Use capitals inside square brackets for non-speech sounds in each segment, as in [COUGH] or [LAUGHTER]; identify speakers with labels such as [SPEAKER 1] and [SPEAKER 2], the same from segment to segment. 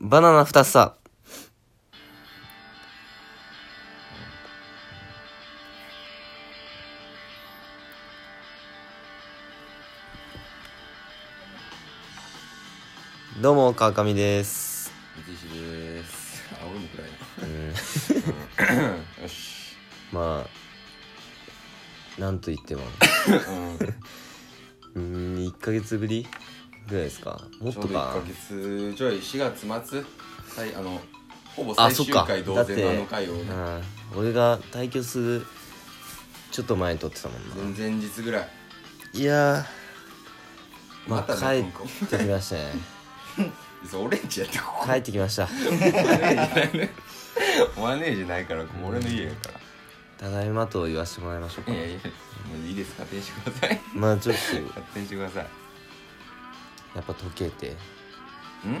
[SPEAKER 1] バナナ2つさ。どうも、川上です。
[SPEAKER 2] 三石です。あ、俺も暗
[SPEAKER 1] う [LAUGHS] ん
[SPEAKER 2] いな。よし。
[SPEAKER 1] まあ、なんと言っても。うーん、1ヶ月ぶりぐらいですか。もっ
[SPEAKER 2] ちょう
[SPEAKER 1] と
[SPEAKER 2] ど1
[SPEAKER 1] か
[SPEAKER 2] ヶ。月ちょい、4月末、はい、あの、ほぼ
[SPEAKER 1] あ
[SPEAKER 2] 最
[SPEAKER 1] そっ
[SPEAKER 2] 終
[SPEAKER 1] か
[SPEAKER 2] 回
[SPEAKER 1] だ
[SPEAKER 2] 同
[SPEAKER 1] って
[SPEAKER 2] 然のあの回をね、
[SPEAKER 1] うん、俺が退去するちょっと前に撮ってたもんな。
[SPEAKER 2] 前々日ぐらい。
[SPEAKER 1] いやー、まあ、
[SPEAKER 2] た
[SPEAKER 1] 帰
[SPEAKER 2] ね
[SPEAKER 1] ってきましたね。
[SPEAKER 2] そう、俺んちやって、ここ。
[SPEAKER 1] [LAUGHS] 帰ってきました。
[SPEAKER 2] [LAUGHS] お前ねえじゃないから、ここ俺の家やから。
[SPEAKER 1] ただいまと言わせてもらいましょうか
[SPEAKER 2] い。やいや、もういいです、勝手にしてください。
[SPEAKER 1] まあちょっと
[SPEAKER 2] 勝手にしてください。
[SPEAKER 1] やっぱ溶けて
[SPEAKER 2] ん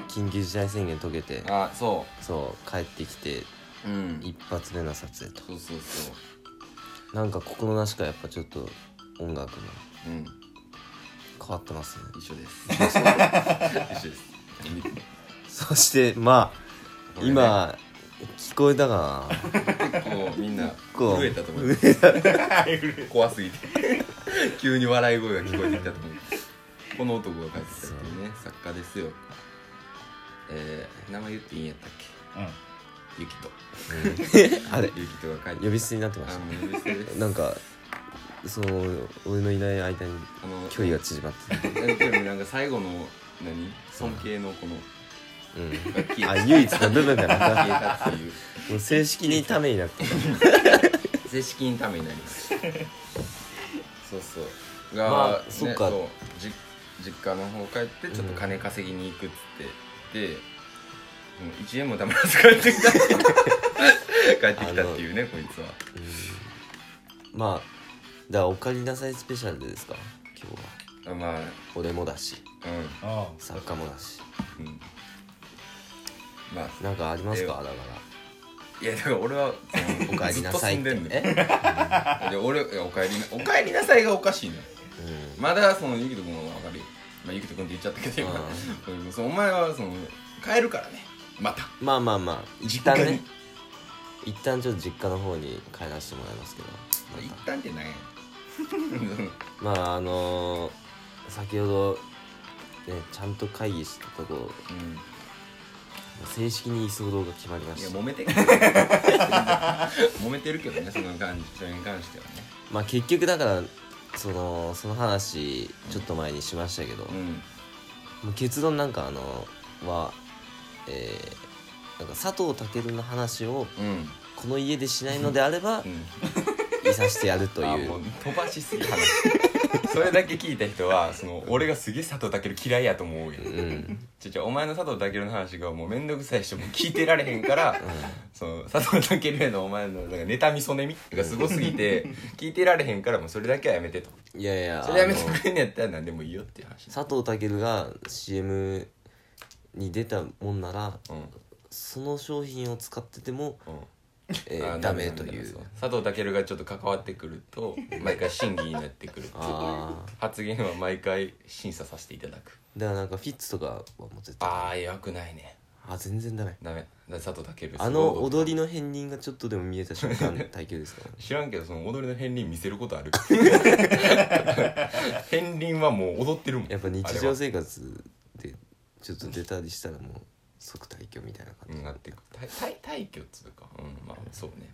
[SPEAKER 1] 緊急事態宣言溶けて
[SPEAKER 2] あ、そ
[SPEAKER 1] そう帰ってきて
[SPEAKER 2] う。うん。
[SPEAKER 1] 一発目の撮影と
[SPEAKER 2] そうそうそう。
[SPEAKER 1] なんか心なしかやっぱちょっと音楽も
[SPEAKER 2] うん。
[SPEAKER 1] 変わってますね
[SPEAKER 2] 一緒 [LAUGHS] です。一緒です。
[SPEAKER 1] そしてまあ今聞こえたかな
[SPEAKER 2] 結構みんな
[SPEAKER 1] 構
[SPEAKER 2] 震えたと思う
[SPEAKER 1] [LAUGHS]
[SPEAKER 2] 怖すぎて急に笑い声が聞こえてきたと思うこの男が帰ってきたっていうね作家ですよえー、名前言っていいんやったっけ
[SPEAKER 3] うん
[SPEAKER 2] ゆきと
[SPEAKER 1] あれ
[SPEAKER 2] ゆきとが帰って
[SPEAKER 1] 呼び
[SPEAKER 2] 捨
[SPEAKER 1] 捨てになって
[SPEAKER 2] て
[SPEAKER 1] まし
[SPEAKER 2] あもう呼び捨てです
[SPEAKER 1] た [LAUGHS] なんかその俺のいない間に
[SPEAKER 2] あの
[SPEAKER 1] 距離が縮まって
[SPEAKER 2] なんかでもなんか最後の何尊敬のこの
[SPEAKER 1] うん
[SPEAKER 2] が
[SPEAKER 1] [LAUGHS]
[SPEAKER 2] 消
[SPEAKER 1] あ
[SPEAKER 2] え
[SPEAKER 1] 唯一の部分がなく
[SPEAKER 2] た
[SPEAKER 1] なっ
[SPEAKER 2] 消えたっていう
[SPEAKER 1] たもう正式にためになって
[SPEAKER 2] 正式にためになりま
[SPEAKER 1] [LAUGHS]
[SPEAKER 2] したそうそうが、
[SPEAKER 1] まあ
[SPEAKER 2] ね
[SPEAKER 1] そっか
[SPEAKER 2] うじ実家の方帰ってちょっと金稼ぎに行くっつって、で、うん、1円もたまらず帰ってき [LAUGHS] た帰ってきたっていうねこいつは
[SPEAKER 1] うんまあだから「おかえりなさいスペシャル」ですか今日は
[SPEAKER 2] あまあ
[SPEAKER 1] 俺もだし
[SPEAKER 2] う
[SPEAKER 3] あ
[SPEAKER 1] 作家もだし
[SPEAKER 2] ん、うん、まあ
[SPEAKER 1] なんかありますか
[SPEAKER 2] え
[SPEAKER 1] だから
[SPEAKER 2] いやだから俺は
[SPEAKER 1] 「おかえりなさい」
[SPEAKER 2] ず
[SPEAKER 1] っ
[SPEAKER 2] っ
[SPEAKER 1] て
[SPEAKER 2] と住んでんのよ
[SPEAKER 1] え
[SPEAKER 2] いや俺いやおかえりなおかえりなさいがおかしいのよ
[SPEAKER 1] うん
[SPEAKER 2] まだそのゆきとくんはわかるよ、まあ、ゆきとくんって言っちゃったけど今うんそうお前はその帰るからねまた
[SPEAKER 1] まあまあまあ一旦
[SPEAKER 2] 実家
[SPEAKER 1] ね
[SPEAKER 2] に
[SPEAKER 1] 一旦ちょっと実家の方に帰らせてもらいますけど
[SPEAKER 2] 一
[SPEAKER 1] また
[SPEAKER 2] 旦ってなんや
[SPEAKER 1] まああのー先ほどねちゃんと会議したとこ
[SPEAKER 2] う
[SPEAKER 1] 正式に居候が決まりま
[SPEAKER 2] んいや
[SPEAKER 1] した
[SPEAKER 2] 揉 [LAUGHS] めてるけど揉めてるけどねその感じそれに関してはね
[SPEAKER 1] まあ結局だからそのその話ちょっと前にしましたけど、
[SPEAKER 2] うん
[SPEAKER 1] もう結論なんかあのはえーなんか佐藤健の話を
[SPEAKER 2] うん
[SPEAKER 1] この家でしないのであれば
[SPEAKER 2] うん
[SPEAKER 1] いさしてやると
[SPEAKER 2] [LAUGHS] あ
[SPEAKER 1] い
[SPEAKER 2] も
[SPEAKER 1] う
[SPEAKER 2] 飛ばしすぎ話 [LAUGHS] それだけ聞いた人はその俺がすげえ佐藤健嫌いやと思うよ
[SPEAKER 1] うん
[SPEAKER 2] ちょちょお前の佐藤健の話がもう面倒くさいしもう聞いてられへんから、その佐藤健へのお前のなんか妬みそねみがすごすぎて聞いてられへんからもうそれだけはやめてと
[SPEAKER 1] いやいや
[SPEAKER 2] それやめて
[SPEAKER 1] あの
[SPEAKER 2] くれんやったら何でもいいよっていう話
[SPEAKER 1] 佐藤健が CM に出たもんなら
[SPEAKER 2] う
[SPEAKER 1] その商品を使ってても、
[SPEAKER 2] んうん
[SPEAKER 1] え
[SPEAKER 2] あ
[SPEAKER 1] ー
[SPEAKER 2] ー
[SPEAKER 1] ダメという
[SPEAKER 2] そう佐藤健がちょっと関わってくると毎回審議になってくる
[SPEAKER 1] [LAUGHS] あ
[SPEAKER 2] 発言は毎回審査させていただく
[SPEAKER 1] だからなんかフィッツとかはもう絶対
[SPEAKER 2] ああよくないね
[SPEAKER 1] あ全然ダメ
[SPEAKER 2] ダメだ佐藤健
[SPEAKER 1] あの踊りの片鱗がちょっとでも見えた瞬
[SPEAKER 2] [LAUGHS]
[SPEAKER 1] 間耐久ですから
[SPEAKER 2] 知らんけどその踊りの片鱗見せること
[SPEAKER 1] [LAUGHS]
[SPEAKER 2] ある片鱗はもう踊ってるもん
[SPEAKER 1] やっぱ
[SPEAKER 2] あれ
[SPEAKER 1] 日
[SPEAKER 2] は
[SPEAKER 1] 常生活でちょっと出たりしたらもう即退去みたいな感
[SPEAKER 2] う
[SPEAKER 1] じ
[SPEAKER 2] んなってく退退退去っつうかうんまあそうね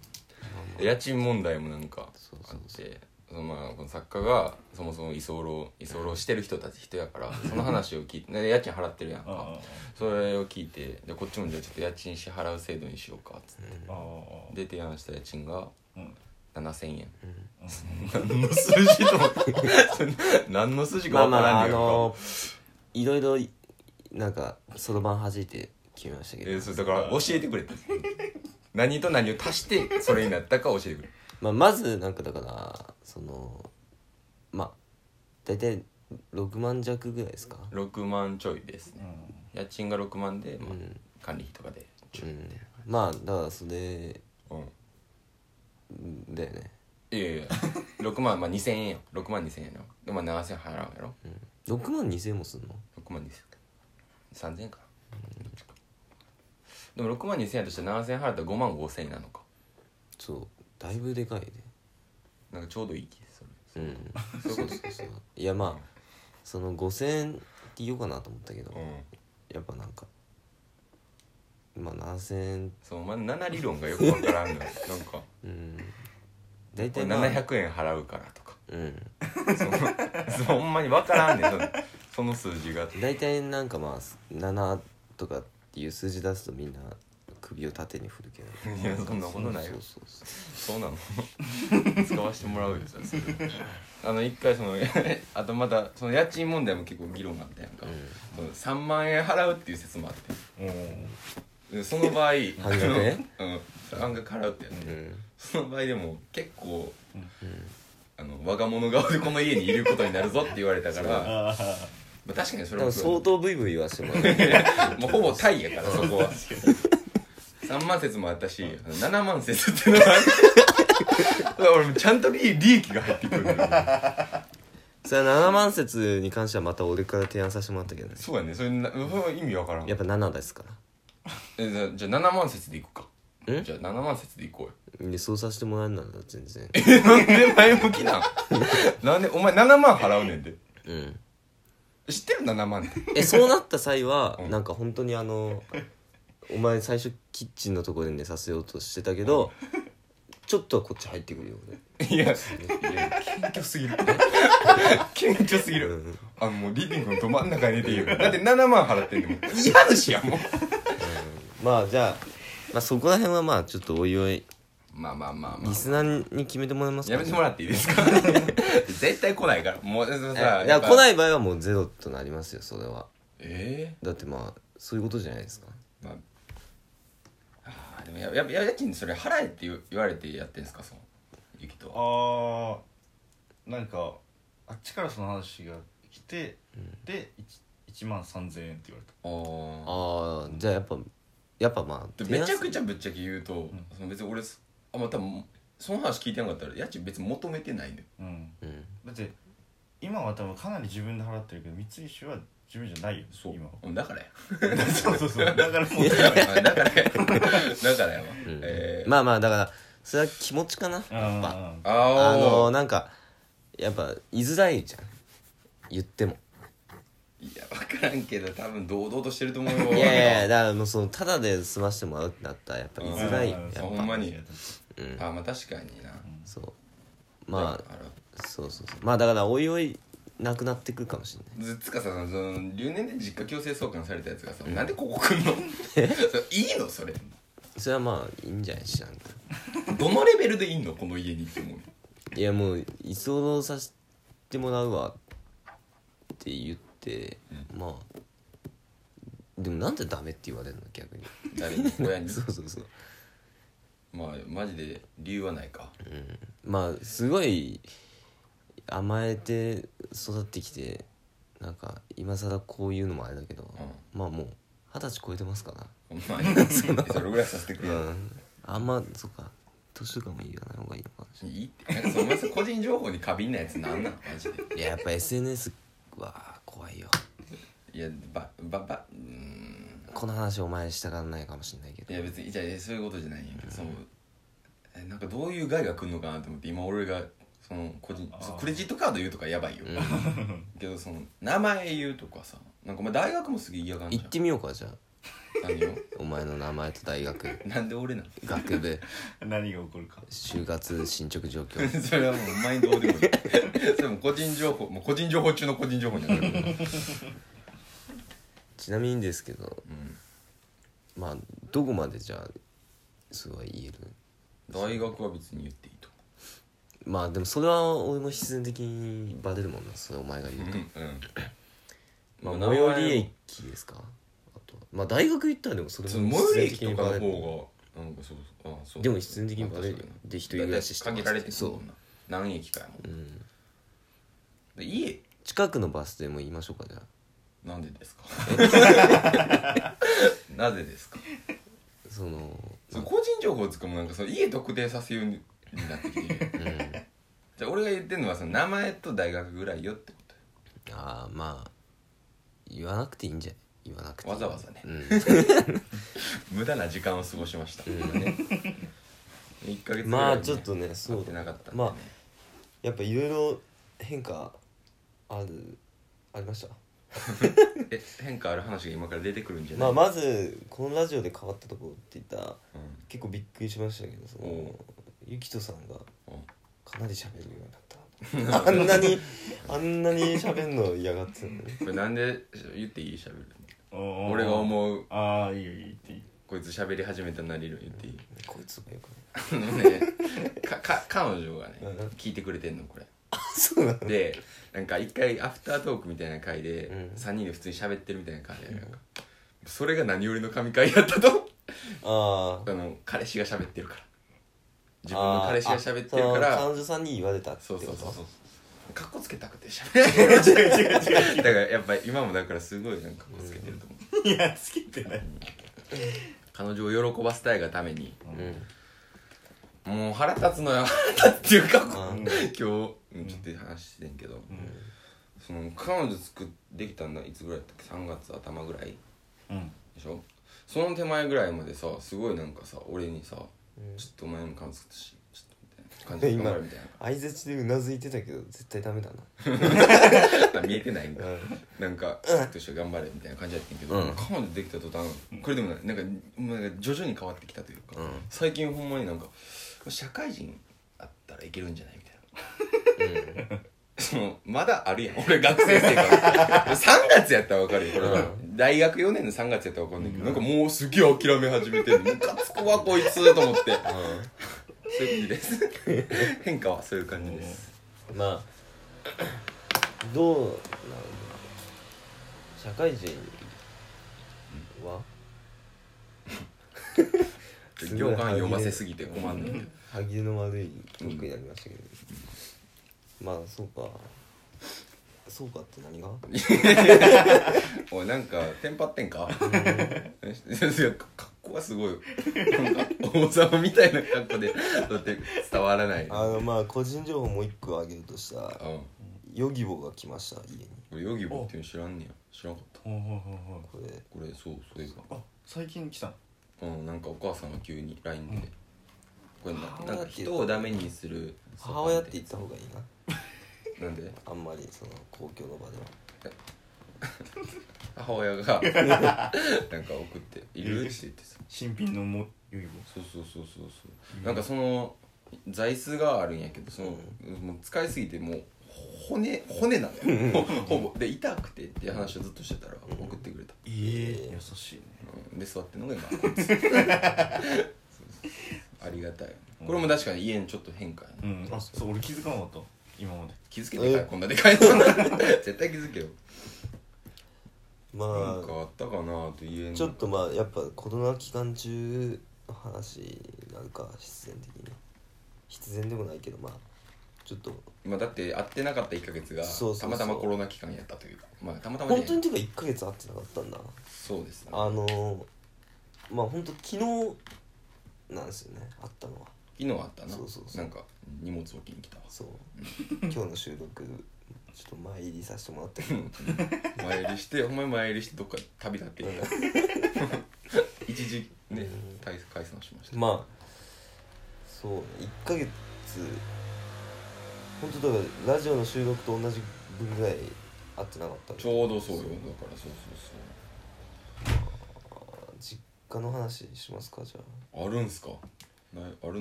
[SPEAKER 2] 家賃問題もなんか
[SPEAKER 1] そう
[SPEAKER 2] あ
[SPEAKER 1] そう
[SPEAKER 2] っ
[SPEAKER 1] そ
[SPEAKER 2] てそのまあこの作家がそもそも居候居候してる人たち人やからその話を聞いてで家賃払ってるやん
[SPEAKER 3] あ
[SPEAKER 2] かそれを聞いてでこっちもじゃあちょっと家賃支払う制度にしようかっつって
[SPEAKER 3] ああ
[SPEAKER 2] で提案した家賃が
[SPEAKER 3] うん
[SPEAKER 2] 7000円
[SPEAKER 3] うん
[SPEAKER 2] 何の数字と思って何の数字か
[SPEAKER 1] まあ
[SPEAKER 2] 分
[SPEAKER 1] ま
[SPEAKER 2] から
[SPEAKER 1] あ
[SPEAKER 2] ん
[SPEAKER 1] あ
[SPEAKER 2] ねやんか、
[SPEAKER 1] のいろいろなんかそろばん弾いて決めましたけど、
[SPEAKER 2] えーそうだから教えてくれた何と何を足してそれになったか教えてくれ
[SPEAKER 1] まあ、まずなんかだからそのまあ大体6万弱ぐらいですか
[SPEAKER 2] 6万ちょいです
[SPEAKER 3] う
[SPEAKER 2] ね
[SPEAKER 3] ん
[SPEAKER 2] 家賃が6万で、まあ
[SPEAKER 1] うん
[SPEAKER 2] 管理費とかで
[SPEAKER 1] うんまあだからそれ
[SPEAKER 2] うん
[SPEAKER 1] だよね
[SPEAKER 2] いやい [LAUGHS] や6万、まあ、2000円よ6万2000円やろでまあ7000円払うやろ
[SPEAKER 1] 6万2000もすんの
[SPEAKER 2] 6万2000円3000円かなどっちかでも6万2000円として7000円払ったら5万5000円なのか
[SPEAKER 1] そうだいぶでかいね
[SPEAKER 2] なんかちょうどいい気す
[SPEAKER 1] う
[SPEAKER 2] る
[SPEAKER 1] んそうそうそういやまあその5,000円って言おうかなと思ったけど、
[SPEAKER 2] うん
[SPEAKER 1] やっぱなんかまあ7,000円
[SPEAKER 2] そうお前7理論がよくわからん
[SPEAKER 1] [LAUGHS]
[SPEAKER 2] のよなんか
[SPEAKER 1] うん大
[SPEAKER 2] これ
[SPEAKER 1] 体まあ
[SPEAKER 2] 700円払うからとか [LAUGHS]
[SPEAKER 1] うん
[SPEAKER 2] そのそうほんまにわからんねんそのその数字が
[SPEAKER 1] 大体なんかまあ7とかっていう数字出すとみんな首を縦に振るけど
[SPEAKER 2] いやそんなことないよ
[SPEAKER 1] そうそうそう
[SPEAKER 2] そうなの [LAUGHS] 使わせてもらうよじゃあそれあの一回その [LAUGHS] あとまたその家賃問題も結構議論があったやんか、その3万円払うっていう説もあって
[SPEAKER 3] お
[SPEAKER 2] でその場合
[SPEAKER 1] 半額ね
[SPEAKER 2] あの [LAUGHS] うん半額払うってやつ、
[SPEAKER 1] うんうん
[SPEAKER 2] その場合でも結構
[SPEAKER 1] うん
[SPEAKER 2] あの我が物顔でこの家にいることになるぞって言われたからま
[SPEAKER 3] あ
[SPEAKER 2] あ確かに
[SPEAKER 1] 多
[SPEAKER 2] それも
[SPEAKER 1] 分
[SPEAKER 2] そ
[SPEAKER 1] 相 [LAUGHS]
[SPEAKER 2] う
[SPEAKER 1] 当ブイブイ言わせてもらう
[SPEAKER 2] もうほぼタイやからそこは
[SPEAKER 3] 確
[SPEAKER 2] 3万説もあったしあの7万説っていうのがあってだから俺もちゃんと利利益が入ってくるんだよ
[SPEAKER 1] それは7万節に関してはまた俺から提案させてもらったけどね
[SPEAKER 2] そうやねそれなそれは意味わからん
[SPEAKER 1] やっぱ7ですか
[SPEAKER 2] えじゃあじゃあ7万節でいくか
[SPEAKER 1] え
[SPEAKER 2] じゃあ7万節でいこうよ [LAUGHS]
[SPEAKER 1] らでそうさせてもらえるなら全然
[SPEAKER 2] えなんで前向きなん [LAUGHS] なんでお前7万払うねんで
[SPEAKER 1] うん
[SPEAKER 2] 知ってる7万って
[SPEAKER 1] えそうなった際は、
[SPEAKER 2] うん
[SPEAKER 1] なんか本当にあのお前最初キッチンのところで寝させようとしてたけど、ちょっとはこっち入ってくるよ
[SPEAKER 2] いやいや謙虚すぎる [LAUGHS] 謙虚すぎ
[SPEAKER 1] 俺、
[SPEAKER 2] る、
[SPEAKER 1] うん、
[SPEAKER 2] あのもうリビングのど真ん中に寝ていいよだって7万払ってんでもう嫌主やもう
[SPEAKER 1] まあじゃあ,、まあそこら辺はまあちょっとおいおい
[SPEAKER 2] まあまあまあま
[SPEAKER 1] リスナーに決めてもらえま
[SPEAKER 2] あ
[SPEAKER 1] すか
[SPEAKER 2] やめてもらっていいですか絶対来ないからもうさ
[SPEAKER 1] いや来ないい場合はもうゼロとなりますよそれは
[SPEAKER 2] え
[SPEAKER 1] だってまあそういうことじゃないですか
[SPEAKER 2] えまああーでもややや家賃それ払えって言言われてやってんすかそのゆきとは
[SPEAKER 3] あーなんかあっちからその話が来て、で 1, 万3000円って言われ
[SPEAKER 2] あ
[SPEAKER 3] た
[SPEAKER 2] ー
[SPEAKER 1] ああじゃあやっぱやっぱまあ
[SPEAKER 2] でめちゃくち
[SPEAKER 1] ゃ
[SPEAKER 2] ゃぶっちゃけ言うと、その別に俺すあまあ多分その話聞いてなかったら家賃別に求めてないのよ
[SPEAKER 3] うん
[SPEAKER 1] うん
[SPEAKER 3] だって今は多分かなり自分で払ってるけど三石は自分じゃないよ
[SPEAKER 2] そう
[SPEAKER 3] 今は [LAUGHS]
[SPEAKER 2] うんだからや [LAUGHS]
[SPEAKER 3] そうそうそうだからもう
[SPEAKER 2] だからやだからやだからやわ、
[SPEAKER 1] うん
[SPEAKER 2] えー
[SPEAKER 1] まあまあだからそれは気持ちかなやっぱ
[SPEAKER 3] あ
[SPEAKER 2] あ
[SPEAKER 1] あの
[SPEAKER 2] あ
[SPEAKER 1] なんかやっぱ言いづらいじゃん言っても
[SPEAKER 2] いや分からんけど多分堂々としてると思うよ
[SPEAKER 1] いやいやいやだからもうそのただで済ましてもらうってなったらやっぱ言いづらい
[SPEAKER 3] うん
[SPEAKER 1] やっぱ
[SPEAKER 2] ほんまに
[SPEAKER 1] うん
[SPEAKER 2] あまあ確かにな
[SPEAKER 1] そうま
[SPEAKER 2] だから
[SPEAKER 1] あそうそうそうまあだからおいおいなくなってくるかもしれない
[SPEAKER 2] ずつかさその留年で実家強制送還されたやつがさ、なんでここ来んの [LAUGHS] それいいのそれ
[SPEAKER 1] それはまあいいんじゃないしなんか
[SPEAKER 2] どのレベルでいいのこの家にって思う
[SPEAKER 1] いやもう居候させてもらうわって言って、まあでもなんでダメって言われるの逆
[SPEAKER 3] [LAUGHS]
[SPEAKER 1] に
[SPEAKER 2] 誰に
[SPEAKER 1] [LAUGHS]
[SPEAKER 2] 親に
[SPEAKER 1] そうそうそう
[SPEAKER 2] まあマジで理由はないか
[SPEAKER 1] まあすごい甘えて育ってきてなんか今更こういうのもあれだけど、まあもう二十歳超えてますから
[SPEAKER 2] ほんまにそれぐらいさせてくれ
[SPEAKER 1] う
[SPEAKER 2] よ
[SPEAKER 1] んあんまそっか年とかも言わない方がいいのかもし
[SPEAKER 2] いいってなんかその個人情報に過敏なやつなんなんマジで
[SPEAKER 1] れないいややっぱ SNS は怖いよ
[SPEAKER 2] いやばばばうーん
[SPEAKER 1] この話お前したがらないかもしれないけ
[SPEAKER 2] い
[SPEAKER 1] ど
[SPEAKER 2] や別にじゃあそういうことじゃないんやけどそのえなんかどういう害が来るのかなと思って今俺がその個人
[SPEAKER 3] あー
[SPEAKER 2] そうクレジットカード言うとかやばいよ、 [LAUGHS] けどその名前言うとかさなんかお前大学もすげえ嫌がんじ
[SPEAKER 1] 行
[SPEAKER 2] ゃ
[SPEAKER 1] ってみようかじゃあ
[SPEAKER 2] ん何よ
[SPEAKER 1] お前の名前と大学 [LAUGHS]
[SPEAKER 2] なんで俺なの
[SPEAKER 1] 学部
[SPEAKER 3] 何が起こるか
[SPEAKER 1] 就活進捗状 [LAUGHS] 況
[SPEAKER 2] [LAUGHS] それはもうお前にどうでもいいそれも個人情報もう個人情報中の個人情報になるけど、
[SPEAKER 1] ちなみにですけど
[SPEAKER 2] うん
[SPEAKER 1] まあどこまでじゃあそれは言える
[SPEAKER 2] 大学は別に言っていいと
[SPEAKER 1] まあでもそれは俺も必然的にバレるもんなそれお前が言うと、
[SPEAKER 2] うんうん
[SPEAKER 1] まあ、最寄り駅ですかあとはまあ大学行ったらでもそれ
[SPEAKER 2] その
[SPEAKER 1] も
[SPEAKER 2] 最寄り
[SPEAKER 1] 必然的にバ
[SPEAKER 2] 駅とか
[SPEAKER 1] レ
[SPEAKER 2] の
[SPEAKER 1] る
[SPEAKER 2] 方がなんかそうそうあそう
[SPEAKER 1] でも必然的にバレるよ
[SPEAKER 2] まあ確かに
[SPEAKER 1] で人いるらしいし
[SPEAKER 2] だって限られて
[SPEAKER 1] そ
[SPEAKER 2] そうう何駅かやもん、
[SPEAKER 1] ん
[SPEAKER 2] で家
[SPEAKER 1] 近くのバス停も言いましょうかじゃあ
[SPEAKER 2] なんでです [LAUGHS] かなぜですか
[SPEAKER 1] その
[SPEAKER 2] その個人情報つかもなんかその家特定させようになってきてる
[SPEAKER 1] うん
[SPEAKER 2] じゃあ俺が言ってるのはその名前と大学ぐらいよってこと
[SPEAKER 1] ああまあ言わなくていいんじゃない言わなくて
[SPEAKER 2] わざわざね
[SPEAKER 1] うん
[SPEAKER 2] [LAUGHS] 無駄な時間を過ごしました、 [LAUGHS] ね、1ヶ月ぐらいね
[SPEAKER 1] まあちょっとねそう
[SPEAKER 2] 会ってなかったんでね
[SPEAKER 1] まあやっぱいろいろ変化あるありました
[SPEAKER 2] え変化ある話が今から出てくるんじゃな
[SPEAKER 1] まあ
[SPEAKER 2] い
[SPEAKER 1] まずこのラジオで変わったところって言ったら
[SPEAKER 2] うん
[SPEAKER 1] 結構びっくりしましたけどそのゆきとさんが
[SPEAKER 2] うん
[SPEAKER 1] かなり喋るようになった [LAUGHS] あんなにあんなに喋んの嫌がってたのに
[SPEAKER 2] [LAUGHS] これなんで言っていい喋る俺
[SPEAKER 3] 俺
[SPEAKER 2] が
[SPEAKER 3] う
[SPEAKER 2] 思う
[SPEAKER 3] ああいいよいいよ言っていい
[SPEAKER 2] こいつ喋り始めたなりるん言っていい
[SPEAKER 1] こいつがよくない
[SPEAKER 2] あの [LAUGHS] ねかか彼女がね
[SPEAKER 1] うん
[SPEAKER 2] 聞いてくれてんのこれ
[SPEAKER 1] そうなの
[SPEAKER 2] でなんか一回アフタートークみたいな回で、
[SPEAKER 1] うん
[SPEAKER 2] 3人で普通に喋ってるみたいな感じでなんかそれが何よりの神回やったと
[SPEAKER 1] あ
[SPEAKER 2] [LAUGHS] あ
[SPEAKER 1] あ
[SPEAKER 2] の彼氏が喋ってるから自分の彼氏が喋って
[SPEAKER 1] あそ
[SPEAKER 2] るか
[SPEAKER 1] の彼
[SPEAKER 2] ら
[SPEAKER 1] 女さんに言われたって
[SPEAKER 2] そ
[SPEAKER 1] こ
[SPEAKER 2] う
[SPEAKER 1] と
[SPEAKER 2] そうそうそうかっこつけたくて喋ってる違う違う [LAUGHS] 違うだからやっぱり今もだからすごいなんかかっこつけてると思う、
[SPEAKER 3] いや好きってない
[SPEAKER 2] 彼女を喜ばせたいがために
[SPEAKER 1] うん
[SPEAKER 2] もう腹立つのよ [LAUGHS] 腹立つっていうかこ
[SPEAKER 1] うん
[SPEAKER 2] 今日うんちょっと話してんけど、その彼女作っできたんだいつぐらいだったっけ3月頭ぐらい
[SPEAKER 3] うん
[SPEAKER 2] でしょその手前ぐらいまでさすごいなんかさ俺にさ、
[SPEAKER 1] うん
[SPEAKER 2] ちょっとお前も感想作ったしちょっとみたいな感じで頑張るみたい
[SPEAKER 1] 相づちでうなずいてたけど絶対ダメだな
[SPEAKER 2] な見えてないんだ、なんかちょっと一緒に頑張れみたいな感じやってんけど、
[SPEAKER 1] うん
[SPEAKER 2] 彼女できた途端これでもないなんかもうなんか徐々に変わってきたというか、
[SPEAKER 1] うん
[SPEAKER 2] 最近ほんまになんか社会人あったらいけるんじゃないみたいな [LAUGHS] そのまだあるやん俺学生生活 [LAUGHS] 3月やったら分かるよこれは大学4年の3月やったら分かんないけど、なんかもうすげえ諦め始めてるムカつ
[SPEAKER 1] [LAUGHS]
[SPEAKER 2] くわこいつと思って、そういう感じです [LAUGHS] 変化はそういう感じです、
[SPEAKER 1] うんまあどうなんだろう社会人はうん
[SPEAKER 2] 行間読ませすぎて困んねんけど
[SPEAKER 1] 歯切れの悪いトークになりましたけど、まあそうかそうかって何が
[SPEAKER 2] おいなんかテンパって
[SPEAKER 1] [LAUGHS]
[SPEAKER 2] んかいやか格好はすごいよなんか王様みたいな格好でだって伝わらない
[SPEAKER 1] あのまあ個人情報もう一個あげるとしたら
[SPEAKER 2] うん
[SPEAKER 1] ヨギボーが来ました家に
[SPEAKER 2] 俺ヨギボーっていうの知らんねや知らなかった
[SPEAKER 3] ほうほうほうほ
[SPEAKER 1] こ
[SPEAKER 3] う
[SPEAKER 1] れ
[SPEAKER 2] これそうそういえば
[SPEAKER 3] あ最近来たの
[SPEAKER 2] うん、なんかお母さんが急に LINE で、
[SPEAKER 1] 母
[SPEAKER 2] これな
[SPEAKER 1] 親
[SPEAKER 2] なん
[SPEAKER 1] っ
[SPEAKER 2] か
[SPEAKER 1] ていう
[SPEAKER 2] 人をダメにする
[SPEAKER 1] 母親って言った方がいいな
[SPEAKER 2] なんで
[SPEAKER 1] あんまりその公共の場では
[SPEAKER 2] 母
[SPEAKER 1] [LAUGHS]
[SPEAKER 2] 親が [LAUGHS] なんか送って「いる?」って言ってさ
[SPEAKER 3] 新品のもよいぼ
[SPEAKER 2] そうそうそうそうそう、なんかその座椅子があるんやけどその、もう使いすぎてもう骨骨なのよほほぼで痛くてっていう話をずっとしてたら送ってくれた、
[SPEAKER 3] え
[SPEAKER 1] え
[SPEAKER 3] 優しいね
[SPEAKER 2] うん、で座ってんのが今
[SPEAKER 1] [LAUGHS]
[SPEAKER 2] こいつそうそうそうありがたいこれも確かに家にちょっと変化やな、
[SPEAKER 3] うんあそう俺気づかなかった今まで
[SPEAKER 2] 気づけてからこんなでかいの
[SPEAKER 1] [LAUGHS]
[SPEAKER 2] 絶対気づけよ
[SPEAKER 1] ま
[SPEAKER 2] なん
[SPEAKER 1] あ
[SPEAKER 2] かあったかなって言えん
[SPEAKER 1] ちょっとまあやっぱコロナ期間中の話になるか必然的に必然でもないけどまあちょっと
[SPEAKER 2] まあ、だって会ってなかった1か月が
[SPEAKER 1] そうそうそう
[SPEAKER 2] たまたまコロナ期間やったというかまあたまたま
[SPEAKER 1] 本
[SPEAKER 2] ね
[SPEAKER 1] 当にてか1ヶ月会ってなかったんだ
[SPEAKER 2] そうですね
[SPEAKER 1] あのー、まあ本当昨日なんですよね会ったのは
[SPEAKER 2] 昨日あったな
[SPEAKER 1] そうそうそう
[SPEAKER 2] なんか荷物置きに来たわ [LAUGHS]
[SPEAKER 1] そう今日の収録ちょっと前入りさせてもらったけど
[SPEAKER 2] 前入りしてお前前入りしてどっか旅立っていった [LAUGHS] 一時ね
[SPEAKER 1] うん
[SPEAKER 2] 退解散しました
[SPEAKER 1] まあそうね1ヶ月本当だからラジオの収録と同じ分ぐらい会ってなかったんで
[SPEAKER 2] ちょうどそうよだからそうそう
[SPEAKER 1] 実家の話しますかじゃあ
[SPEAKER 2] そうあるんすかないあるの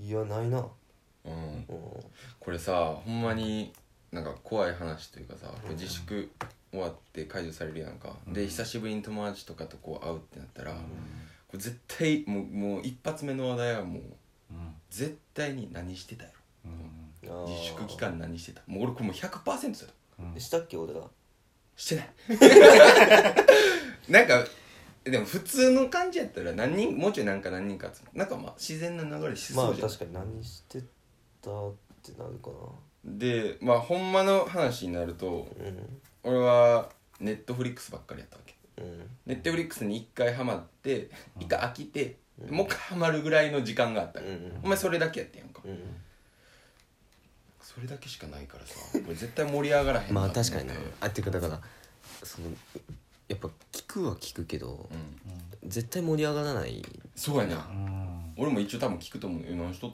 [SPEAKER 1] いやないな
[SPEAKER 2] うん
[SPEAKER 1] うん
[SPEAKER 2] これさほんまになんか怖い話というかさこれ自粛終わって解除されるやんか、で久しぶりに友達とかとこう会うってなったら、これ絶対もうもう一発目の話題はもう
[SPEAKER 3] うん
[SPEAKER 2] 絶対に何してたや
[SPEAKER 3] うん
[SPEAKER 1] あー
[SPEAKER 2] ろ自粛期間何してたもう俺これもう100%だよ
[SPEAKER 3] うん
[SPEAKER 1] したっけ俺ら
[SPEAKER 2] して
[SPEAKER 1] [LAUGHS]
[SPEAKER 2] ないなんかでも普通の感じやったら何人もうちょいなんか何人か集まなんかまあ自然な流れし
[SPEAKER 1] ま
[SPEAKER 2] そ
[SPEAKER 1] あ
[SPEAKER 2] うじゃん、
[SPEAKER 1] 確かに何してたってなるか
[SPEAKER 2] でまあほんまの話になると
[SPEAKER 1] なうん
[SPEAKER 2] 俺はネットフリックスばっかりやったわけ
[SPEAKER 1] うん
[SPEAKER 2] ネットフリックスに一回ハマって一回飽きて、もう一回ハマるぐらいの時間があった、
[SPEAKER 1] うん
[SPEAKER 2] お前それだけやってんやんか、
[SPEAKER 1] うん
[SPEAKER 2] それだけしかないからさこれ絶対盛り上がらへん
[SPEAKER 1] まあ
[SPEAKER 2] と思
[SPEAKER 1] 確
[SPEAKER 2] って
[SPEAKER 1] かにねあっていうかだからそのやっぱ聞くは聞くけど
[SPEAKER 2] うん
[SPEAKER 1] 絶対盛り上がらない
[SPEAKER 2] そうやな
[SPEAKER 3] うん
[SPEAKER 2] 俺も一応多分聞くと思うよ何しとっ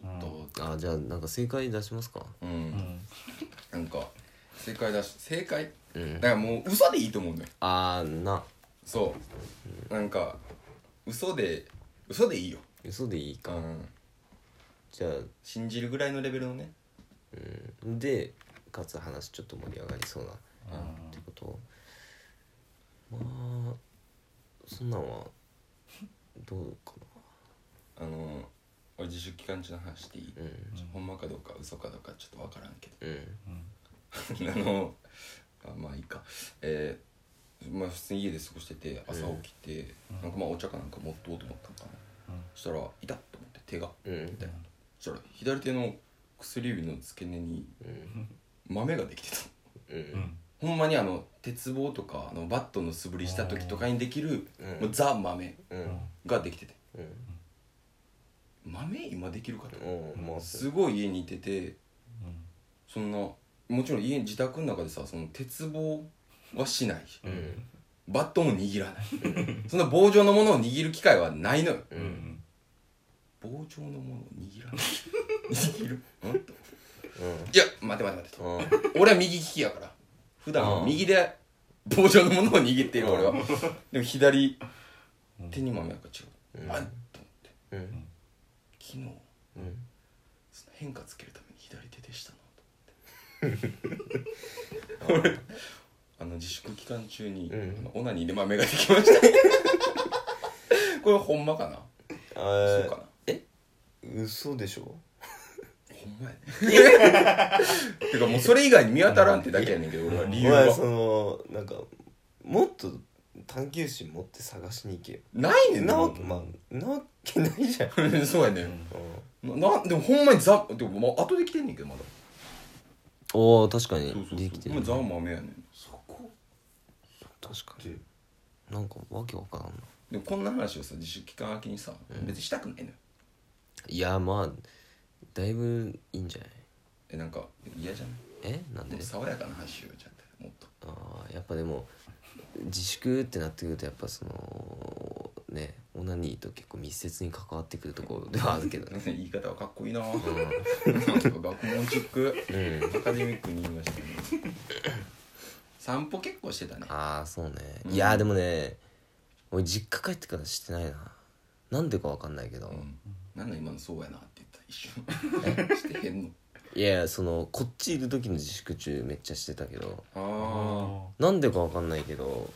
[SPEAKER 2] た
[SPEAKER 1] あじゃあなんか正解出しますか
[SPEAKER 2] うん、
[SPEAKER 3] うん
[SPEAKER 2] なんか正解だし正解
[SPEAKER 1] うん
[SPEAKER 2] だからもう嘘でいいと思うんだよ
[SPEAKER 1] あーな
[SPEAKER 2] そうなんか嘘で嘘でいいよ、
[SPEAKER 1] 嘘でいいか
[SPEAKER 2] うん、
[SPEAKER 1] じゃあ
[SPEAKER 2] 信じるぐらいのレベルのね
[SPEAKER 1] うんでかつ話ちょっと盛り上がりそうなっ
[SPEAKER 3] うん
[SPEAKER 1] てことまあそんなんはどうか
[SPEAKER 2] あの俺自粛期間中の話していい、
[SPEAKER 1] なうん
[SPEAKER 2] ほんまかどうか嘘かどうかちょっとわからんけど
[SPEAKER 1] う
[SPEAKER 2] [LAUGHS]
[SPEAKER 1] ん
[SPEAKER 2] あのあまあいいかえーまあ普通に家で過ごしてて朝起きて、
[SPEAKER 3] うん
[SPEAKER 2] なんかまあお茶かなんか持っとうと思ったんかなそしたら「痛っ!」と思って手が
[SPEAKER 1] うん
[SPEAKER 2] 痛いそしたら左手の薬指の付け根に
[SPEAKER 1] うん
[SPEAKER 2] 豆ができてた
[SPEAKER 1] う
[SPEAKER 3] うんん
[SPEAKER 2] ほんまにあの鉄棒とかあのバットの素振りした時とかにできる、
[SPEAKER 1] うん
[SPEAKER 2] もうザ豆
[SPEAKER 1] うんうん
[SPEAKER 2] ができてて
[SPEAKER 1] うん
[SPEAKER 2] 豆今できるかと
[SPEAKER 1] うんまあ
[SPEAKER 2] すごい家にいてて
[SPEAKER 3] うん
[SPEAKER 2] そんなもちろん家自宅の中でさその鉄棒はしないし、
[SPEAKER 1] うん
[SPEAKER 2] バットも握らないそんな棒状のものを握る機会はないのよ
[SPEAKER 1] う
[SPEAKER 3] うんん
[SPEAKER 2] 棒状のものを握らない握 [LAUGHS] るうんといや待て待て待てと
[SPEAKER 1] うん
[SPEAKER 2] 俺は右利きやから普段は
[SPEAKER 1] うん
[SPEAKER 2] 右で棒状のものを握っている俺はでも左手に豆なんか違う、
[SPEAKER 1] うん
[SPEAKER 2] あっと思って
[SPEAKER 1] うん
[SPEAKER 2] 昨日
[SPEAKER 1] うん
[SPEAKER 2] その変化つけるために左手でした
[SPEAKER 1] [LAUGHS]
[SPEAKER 2] なと思って俺あの自粛期間中に、
[SPEAKER 1] うん
[SPEAKER 2] あのオナニーで豆ができました [LAUGHS] これほんまかな、
[SPEAKER 1] あ
[SPEAKER 2] そうか
[SPEAKER 1] ー
[SPEAKER 2] な
[SPEAKER 1] 嘘でしょ
[SPEAKER 2] ほんまやね [LAUGHS] てかもうそれ以外に見当たらんってだけやねんけど俺は理由
[SPEAKER 1] お前
[SPEAKER 2] は
[SPEAKER 1] そのなんかもっと探求心持って探しに行けよ
[SPEAKER 2] ないねん
[SPEAKER 1] なわ
[SPEAKER 2] な
[SPEAKER 1] けまあなわけないじゃん
[SPEAKER 2] [LAUGHS] そうやねんななでもほんまにザでももう後で来てんねんけどまだ
[SPEAKER 1] おお確かに
[SPEAKER 2] そうそう
[SPEAKER 1] できて
[SPEAKER 2] そう
[SPEAKER 1] る
[SPEAKER 2] も
[SPEAKER 1] ね
[SPEAKER 2] うザ豆やねん
[SPEAKER 3] そこ
[SPEAKER 1] 確か
[SPEAKER 3] で
[SPEAKER 1] になんかわけわからんな
[SPEAKER 2] でもこんな話をさ自粛期間明けにさ、別にしたくないのよ
[SPEAKER 1] いやまあだいぶいいんじゃない
[SPEAKER 2] えなんか嫌じゃない
[SPEAKER 1] えなん
[SPEAKER 2] も
[SPEAKER 1] で
[SPEAKER 2] う爽やかな話しようじゃんってもっと
[SPEAKER 1] あーやっぱでも自粛ってなってくるとやっぱそのねオナニーと結構密接に関わってくるところではあるけどね
[SPEAKER 2] [LAUGHS] 言い方はかっこいいななんか学問チック
[SPEAKER 1] うん
[SPEAKER 2] アカデミックに言いましたね散歩結構してたね
[SPEAKER 1] ああそうね、
[SPEAKER 2] うん
[SPEAKER 1] いやーでもね俺実家帰ってからしてないななんでかわかんないけど、
[SPEAKER 2] うんなんだ今のそうやなって言った一瞬してへんの
[SPEAKER 1] いやいやそのこっちいる時の自粛中めっちゃしてたけど
[SPEAKER 2] あ
[SPEAKER 1] なんでかわかんないけど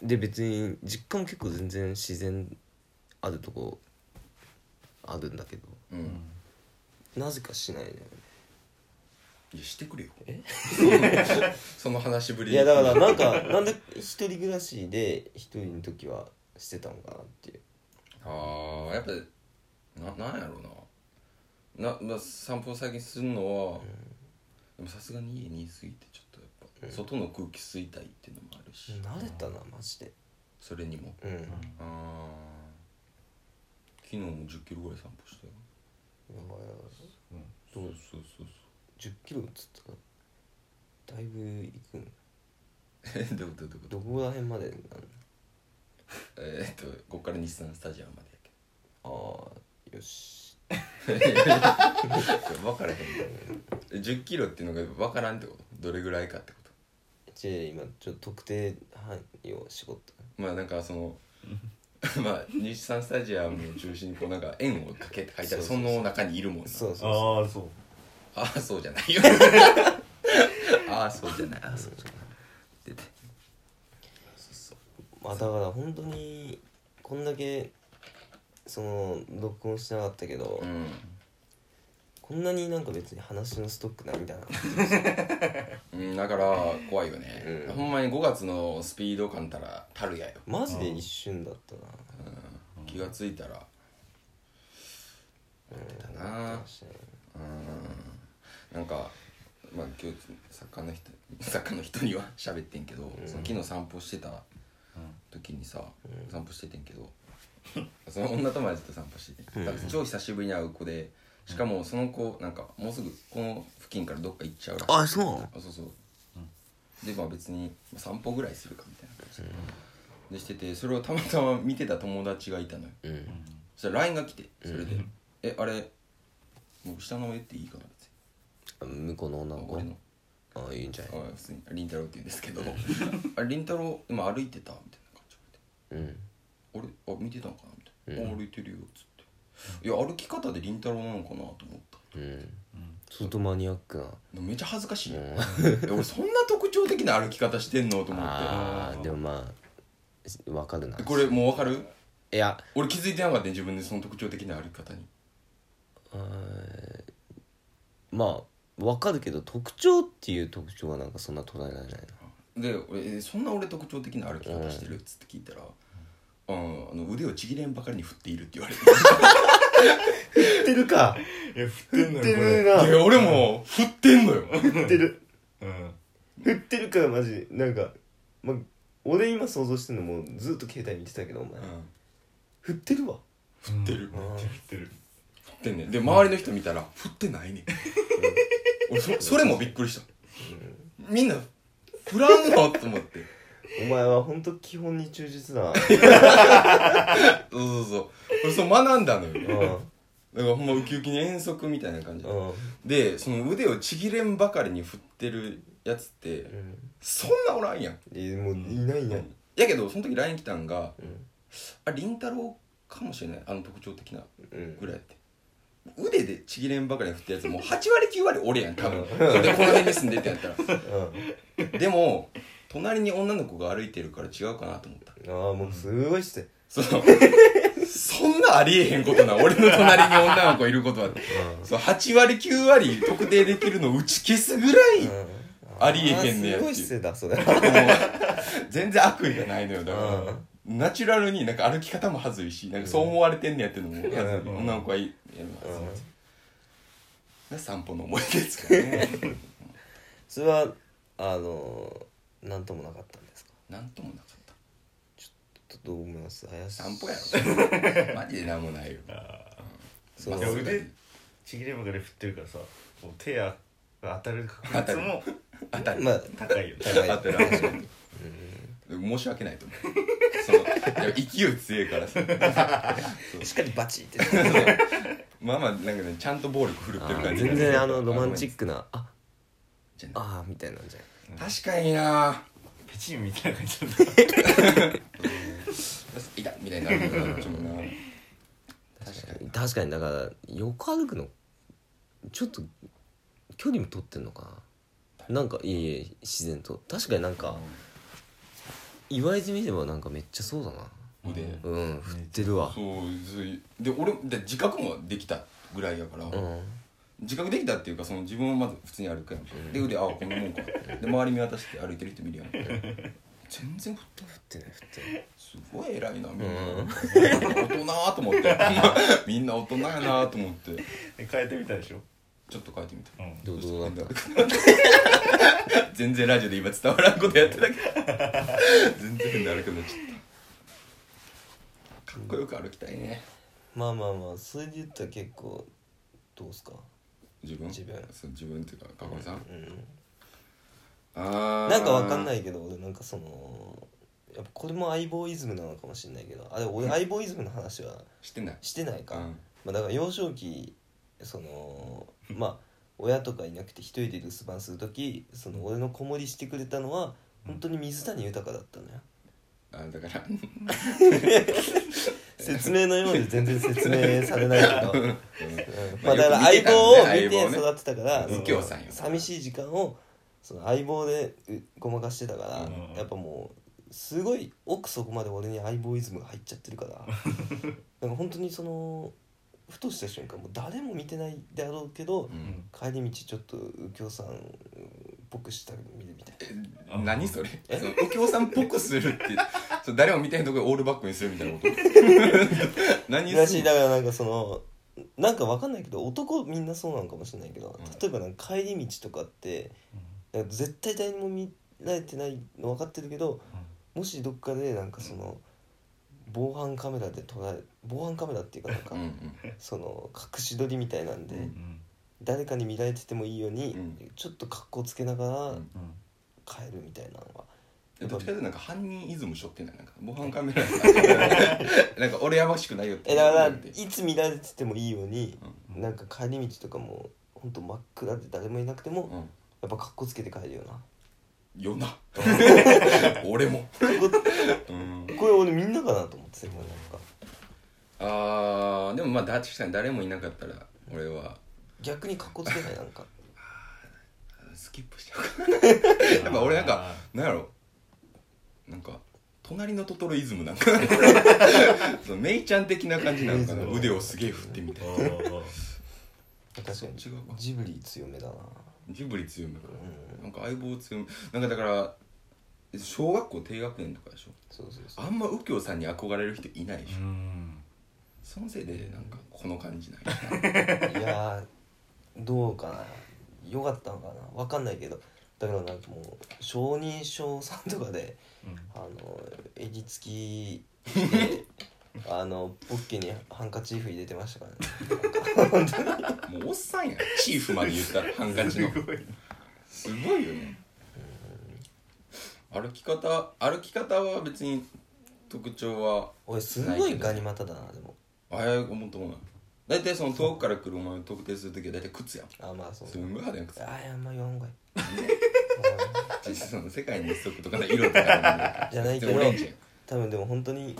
[SPEAKER 1] で別に実家も結構全然自然あるとこあるんだけど
[SPEAKER 2] あうん
[SPEAKER 1] なぜかしないのよね
[SPEAKER 2] いやしてくれよその話ぶり
[SPEAKER 1] いやだからなん
[SPEAKER 2] [LAUGHS]
[SPEAKER 1] かなんで一人暮らしで一人の時はしてたのかなっていう
[SPEAKER 2] ああやっぱななんやろうなな、まあ、散歩最近するのは、でもさすがに家にいすぎてちょっとやっぱ、外の空気吸いたいっていうのもあるし、
[SPEAKER 1] 慣れたなマジで
[SPEAKER 2] それにも
[SPEAKER 1] うん、なんか
[SPEAKER 2] あー昨日も1 0キロぐらい散歩したよそうそうそう
[SPEAKER 1] 1 0キロっつったらだいぶ行くん
[SPEAKER 2] そう [LAUGHS] えどういうことどういうこと
[SPEAKER 1] どこら辺までなん
[SPEAKER 2] えーっとここから日産スタジアムまでやけ
[SPEAKER 1] ああよし
[SPEAKER 2] [LAUGHS] ど分からへん1 0キロっていうのが分からんってことどれぐらいかってこと
[SPEAKER 1] じゃあ今ちょっと特定範囲を絞った
[SPEAKER 2] まあなんかその [LAUGHS] まあ日産スタジアムを中心にこうなんか円をかけって書いてある
[SPEAKER 1] そ
[SPEAKER 2] そ
[SPEAKER 1] そうそ
[SPEAKER 2] う
[SPEAKER 1] う
[SPEAKER 2] の中にいるもんな
[SPEAKER 1] そうそうそ
[SPEAKER 3] ああそう
[SPEAKER 2] ああそうじゃないよ [LAUGHS] ああそうじゃないああそうじゃない出て
[SPEAKER 1] うまあだから本当にこんだけその録音してなかったけど、
[SPEAKER 2] うん
[SPEAKER 1] こんなになんか別に話のストックないんだ [LAUGHS] な
[SPEAKER 2] うん、だから怖いよね、
[SPEAKER 1] うん
[SPEAKER 2] ほんまに5月のスピード感たらたるやよ、
[SPEAKER 1] マジで一瞬だったな
[SPEAKER 2] うん、気がついたら
[SPEAKER 1] うん思って
[SPEAKER 2] だな
[SPEAKER 1] ましたね
[SPEAKER 2] うんなんか、まあ、今日作家の人作家の人には喋ってんけど、その昨日散歩してた時にさ、散歩しててんけど [LAUGHS] その女友達と散歩してて、だから超久しぶりに会う子でしかもその子なんかもうすぐこの付近からどっか行っちゃうらしい
[SPEAKER 1] あそう
[SPEAKER 2] あそうそう、でまあ別に散歩ぐらいするかみたいな感じで,、でしててそれをたまたま見てた友達がいたのよ
[SPEAKER 1] うん
[SPEAKER 2] そしたら LINE が来てそれで「
[SPEAKER 3] うん
[SPEAKER 2] えあれもう下の名前言っていいかな」別に
[SPEAKER 1] あ向こうの女の子
[SPEAKER 2] 俺の
[SPEAKER 1] あいいんじゃない
[SPEAKER 2] あ普通に凛太郎って言うんですけど「あ凛太郎今歩いてた」みたいな感じで
[SPEAKER 1] うん
[SPEAKER 2] 俺あ見てたのかなみたいな「
[SPEAKER 1] うん
[SPEAKER 2] あ歩いてるよ」っつって「いや歩き方で凛太郎なのかな」と思った
[SPEAKER 1] うん
[SPEAKER 3] うん
[SPEAKER 1] 相当マニアックな
[SPEAKER 2] でもめっちゃ恥ずかしいよ、
[SPEAKER 1] うん
[SPEAKER 2] え俺そんな特徴的な歩き方してんのと思っ
[SPEAKER 1] あーでもまあわかるな
[SPEAKER 2] てこれもう分かる
[SPEAKER 1] いや
[SPEAKER 2] 俺気づいてなかったね自分でその特徴的な歩き方に
[SPEAKER 1] うーんまあわかるけど特徴っていう特徴はなんかそんな捉えられないな
[SPEAKER 2] で俺えそんな俺特徴的な歩き方してるっつって聞いたら、うん、あの腕をちぎれんばかりに振っているって言われて
[SPEAKER 1] [LAUGHS] 振ってるか
[SPEAKER 3] いや振ってんのよ
[SPEAKER 2] いや俺も振ってんのよ
[SPEAKER 1] 振ってる
[SPEAKER 3] これうん
[SPEAKER 1] 振ってるからマジなんか、ま、俺今想像してるのもうずっと携帯見てたけどお前振ってるわ
[SPEAKER 3] 振ってる
[SPEAKER 1] うん
[SPEAKER 3] めっちゃ振ってる
[SPEAKER 2] 振ってんねんで周りの人見たら振ってないねん俺そそれもびっくりしたみんな振らんのと思って
[SPEAKER 1] お前は本当基本に忠実 [LAUGHS] だな
[SPEAKER 2] そうそうそう俺そう学んだの
[SPEAKER 1] うん
[SPEAKER 2] よだからほんまウキウキに遠足みたいな感じ
[SPEAKER 1] うん
[SPEAKER 2] でその腕をちぎれんばかりに振ってるやつって
[SPEAKER 1] うん
[SPEAKER 2] そんなおらんやん
[SPEAKER 1] えもういないやん
[SPEAKER 2] やけどその時 LINE 来たんが
[SPEAKER 1] うん
[SPEAKER 2] あ凛太郎かもしれないあの特徴的な
[SPEAKER 1] うん
[SPEAKER 2] ぐらいって腕でちぎれんばかりに振ったやつもう8割9割俺やん多分
[SPEAKER 1] うん
[SPEAKER 2] でこの辺に住んでてやったら
[SPEAKER 1] うん
[SPEAKER 2] でも隣に女の子が歩いてるから違うかなと思った
[SPEAKER 1] ああもうすごいして
[SPEAKER 2] そのそんなありえへんことな俺の隣に女の子いることはそう8割9割特定できるの打ち消すぐらい、
[SPEAKER 1] うん
[SPEAKER 2] もう
[SPEAKER 1] ー
[SPEAKER 2] ありえへんねや
[SPEAKER 1] す
[SPEAKER 2] って
[SPEAKER 1] ご
[SPEAKER 2] いう
[SPEAKER 1] い姿勢だそれ
[SPEAKER 2] 全然悪意がないのよだから、ナチュラルになんか歩き方も恥ずいしなんかそう思われてんねやっていうのも恥ずい、
[SPEAKER 1] うん
[SPEAKER 2] 女の子はいいやま
[SPEAKER 1] う
[SPEAKER 2] あ
[SPEAKER 1] ん
[SPEAKER 2] が散歩の思い出ですからね
[SPEAKER 1] それはあのなんともなかったんですか
[SPEAKER 2] なんともなかった
[SPEAKER 1] ちょっとどう思います林
[SPEAKER 2] 散歩やろマジでなんもないよ
[SPEAKER 1] そう
[SPEAKER 2] まあ
[SPEAKER 3] いや腕ちぎればかり振ってるからさこう手が当たる確率も
[SPEAKER 2] 当たる
[SPEAKER 1] まあ
[SPEAKER 3] 高いよね [LAUGHS]
[SPEAKER 1] 高い
[SPEAKER 2] 当たる当たる申し訳ないと思う [LAUGHS] そのいや勢い強いからさ [LAUGHS]
[SPEAKER 1] しっかりバチって
[SPEAKER 2] まあまあなんかねちゃんと暴力振るってる感じ
[SPEAKER 1] 全然 [LAUGHS] あのロマンチックなあ
[SPEAKER 2] じゃない
[SPEAKER 1] あーみたいなんじゃない
[SPEAKER 2] 確かにな
[SPEAKER 3] ペチンみたいな感じ [LAUGHS] だっ
[SPEAKER 2] いたみたいになるのがこっちもな確かに
[SPEAKER 1] 確かにだから横歩くのちょっと距離も取ってんのかななんかいえいえ自然と確かになんか言われてみればなんかめっちゃそうだな
[SPEAKER 2] 腕
[SPEAKER 1] うん振ってるわ
[SPEAKER 2] そうそういで俺で自覚もできたぐらいやから、
[SPEAKER 1] うん
[SPEAKER 2] 自覚できたっていうかその自分はまず普通に歩くやん、で腕あこんなもんかで周り見渡して歩いてる人見るやん
[SPEAKER 1] [LAUGHS]
[SPEAKER 2] 全然振ってない
[SPEAKER 1] 振ってない振ってない
[SPEAKER 2] すごい偉いなみんな、
[SPEAKER 1] うん
[SPEAKER 2] 大人と思って [LAUGHS] みんな大人やなと思って
[SPEAKER 3] た変えてみたでしょ
[SPEAKER 2] ちょっと変えてみた
[SPEAKER 3] うん
[SPEAKER 1] どうどうだった
[SPEAKER 2] [LAUGHS] 全然ラジオで今伝わらんことやってたけど全然変な歩くなっちゃったかっこよく歩きたいね
[SPEAKER 1] まあまあまあそれで言ったら結構どうっすか
[SPEAKER 2] 自分
[SPEAKER 1] 自分
[SPEAKER 2] そう自分っていうかかっこいいさん
[SPEAKER 1] うん
[SPEAKER 2] あー
[SPEAKER 1] なんかわかんないけど俺なんかそのやっぱこれも相棒イズムなのかもしれないけどあでも俺相棒イズムの話は
[SPEAKER 2] してない
[SPEAKER 1] してないか、
[SPEAKER 2] うん
[SPEAKER 1] まあ、だから幼少期そのまあ親とかいなくて一人で留守番する時その俺の子守りしてくれたのは本当に水谷豊だったのよ
[SPEAKER 2] あだから
[SPEAKER 1] 説明のようで全然説明されないけ
[SPEAKER 2] [LAUGHS]
[SPEAKER 1] ど、うんま
[SPEAKER 2] まあ
[SPEAKER 1] あ、だから
[SPEAKER 2] よく
[SPEAKER 1] 相
[SPEAKER 2] 見てたんだね
[SPEAKER 1] 棒を見て
[SPEAKER 2] 相棒ね
[SPEAKER 1] 育ってたから、
[SPEAKER 2] 右京さんよ
[SPEAKER 1] その寂しい時間をその相棒でうごまかしてたから、
[SPEAKER 3] うん
[SPEAKER 1] やっぱもうすごい奥底まで俺に相棒イズムが入っちゃってるから
[SPEAKER 2] [LAUGHS]
[SPEAKER 1] なんか本当にそのふとした瞬間もう誰も見てないであろうけど、
[SPEAKER 2] うん
[SPEAKER 1] 帰り道ちょっと右京さんっぽくした見るみたい
[SPEAKER 2] え何それそのお経さんっぽくするって [LAUGHS] そう誰も見てへんとこでオールバックにするみたいなこと何
[SPEAKER 1] なら
[SPEAKER 2] す
[SPEAKER 1] し
[SPEAKER 2] る
[SPEAKER 1] いだからなんかそのなんかわかんないけど男みんなそうなのかもしれないけど、
[SPEAKER 2] うん
[SPEAKER 1] 例えばなんか帰り道とかってなんか絶対誰にも見られてないの分かってるけどもしどっかでなんかその防犯カメラで捉え防犯カメラっていうかなんか
[SPEAKER 2] うんうん
[SPEAKER 1] その隠し撮りみたいなんで、
[SPEAKER 2] うん
[SPEAKER 3] うん
[SPEAKER 1] 誰かに見られててもいいように、
[SPEAKER 2] うん
[SPEAKER 1] ちょっと格好つけながら
[SPEAKER 2] うん
[SPEAKER 3] うん
[SPEAKER 1] 変えるみたいなのが
[SPEAKER 2] どっちかというとなんか犯人イズムしょってないなんか防犯カメラ [LAUGHS] なんか俺やばしくないよって
[SPEAKER 1] えだからいつ見られててもいいように、
[SPEAKER 3] うん
[SPEAKER 1] なんか帰り道とかもほんと真っ暗で誰もいなくても、
[SPEAKER 2] う
[SPEAKER 1] や
[SPEAKER 2] ん
[SPEAKER 1] っぱ格好つけて帰るよな
[SPEAKER 2] よな俺も、うん、
[SPEAKER 1] これ俺みんなかなと思ってた今なんか
[SPEAKER 2] あーでもまあ確かに誰もいなかったら俺は
[SPEAKER 1] 逆に格好つけないなん
[SPEAKER 2] [LAUGHS]
[SPEAKER 1] か
[SPEAKER 2] スキップしちゃうかなやっぱ俺なんかなんやろなんか隣のトトロイズムなんか [LAUGHS] そのメイちゃん的な感じなんかな腕をすげえ振ってみたいな
[SPEAKER 1] 確かに
[SPEAKER 2] 違うか
[SPEAKER 1] ジブリ強めだな
[SPEAKER 2] ジブリ強めなんか相棒強めなんかだから小学校低学年とかでしょ
[SPEAKER 1] そうそうそう
[SPEAKER 2] あんま右京さんに憧れる人いないでしょ、
[SPEAKER 3] うん
[SPEAKER 2] そのせいでなんかこの感じなんや
[SPEAKER 1] いやーどうかなよかったのかなわかんないけどだからなんかもう小認証さんとかであの襟付き
[SPEAKER 2] [LAUGHS]
[SPEAKER 1] してあのポッケにハンカチーフ入れてましたからね本当に
[SPEAKER 2] なもうおっさんやんチーフまで言ったらハンカチ
[SPEAKER 1] [LAUGHS]
[SPEAKER 2] の
[SPEAKER 3] ごい
[SPEAKER 2] すごいよね歩き方歩き方は別に特徴は
[SPEAKER 1] 俺すごいガニ股だなでも
[SPEAKER 2] あや思ったもない大体その遠くから来る車を特定するときは大体靴やん
[SPEAKER 1] あまあそう
[SPEAKER 2] すんごい派手な靴
[SPEAKER 1] あいやまあ言わん
[SPEAKER 2] [LAUGHS]
[SPEAKER 1] ほうがいい
[SPEAKER 2] 実はその世界に一足とかの色とか
[SPEAKER 1] じゃないけど
[SPEAKER 2] オレンジやん
[SPEAKER 1] 多分でも本当に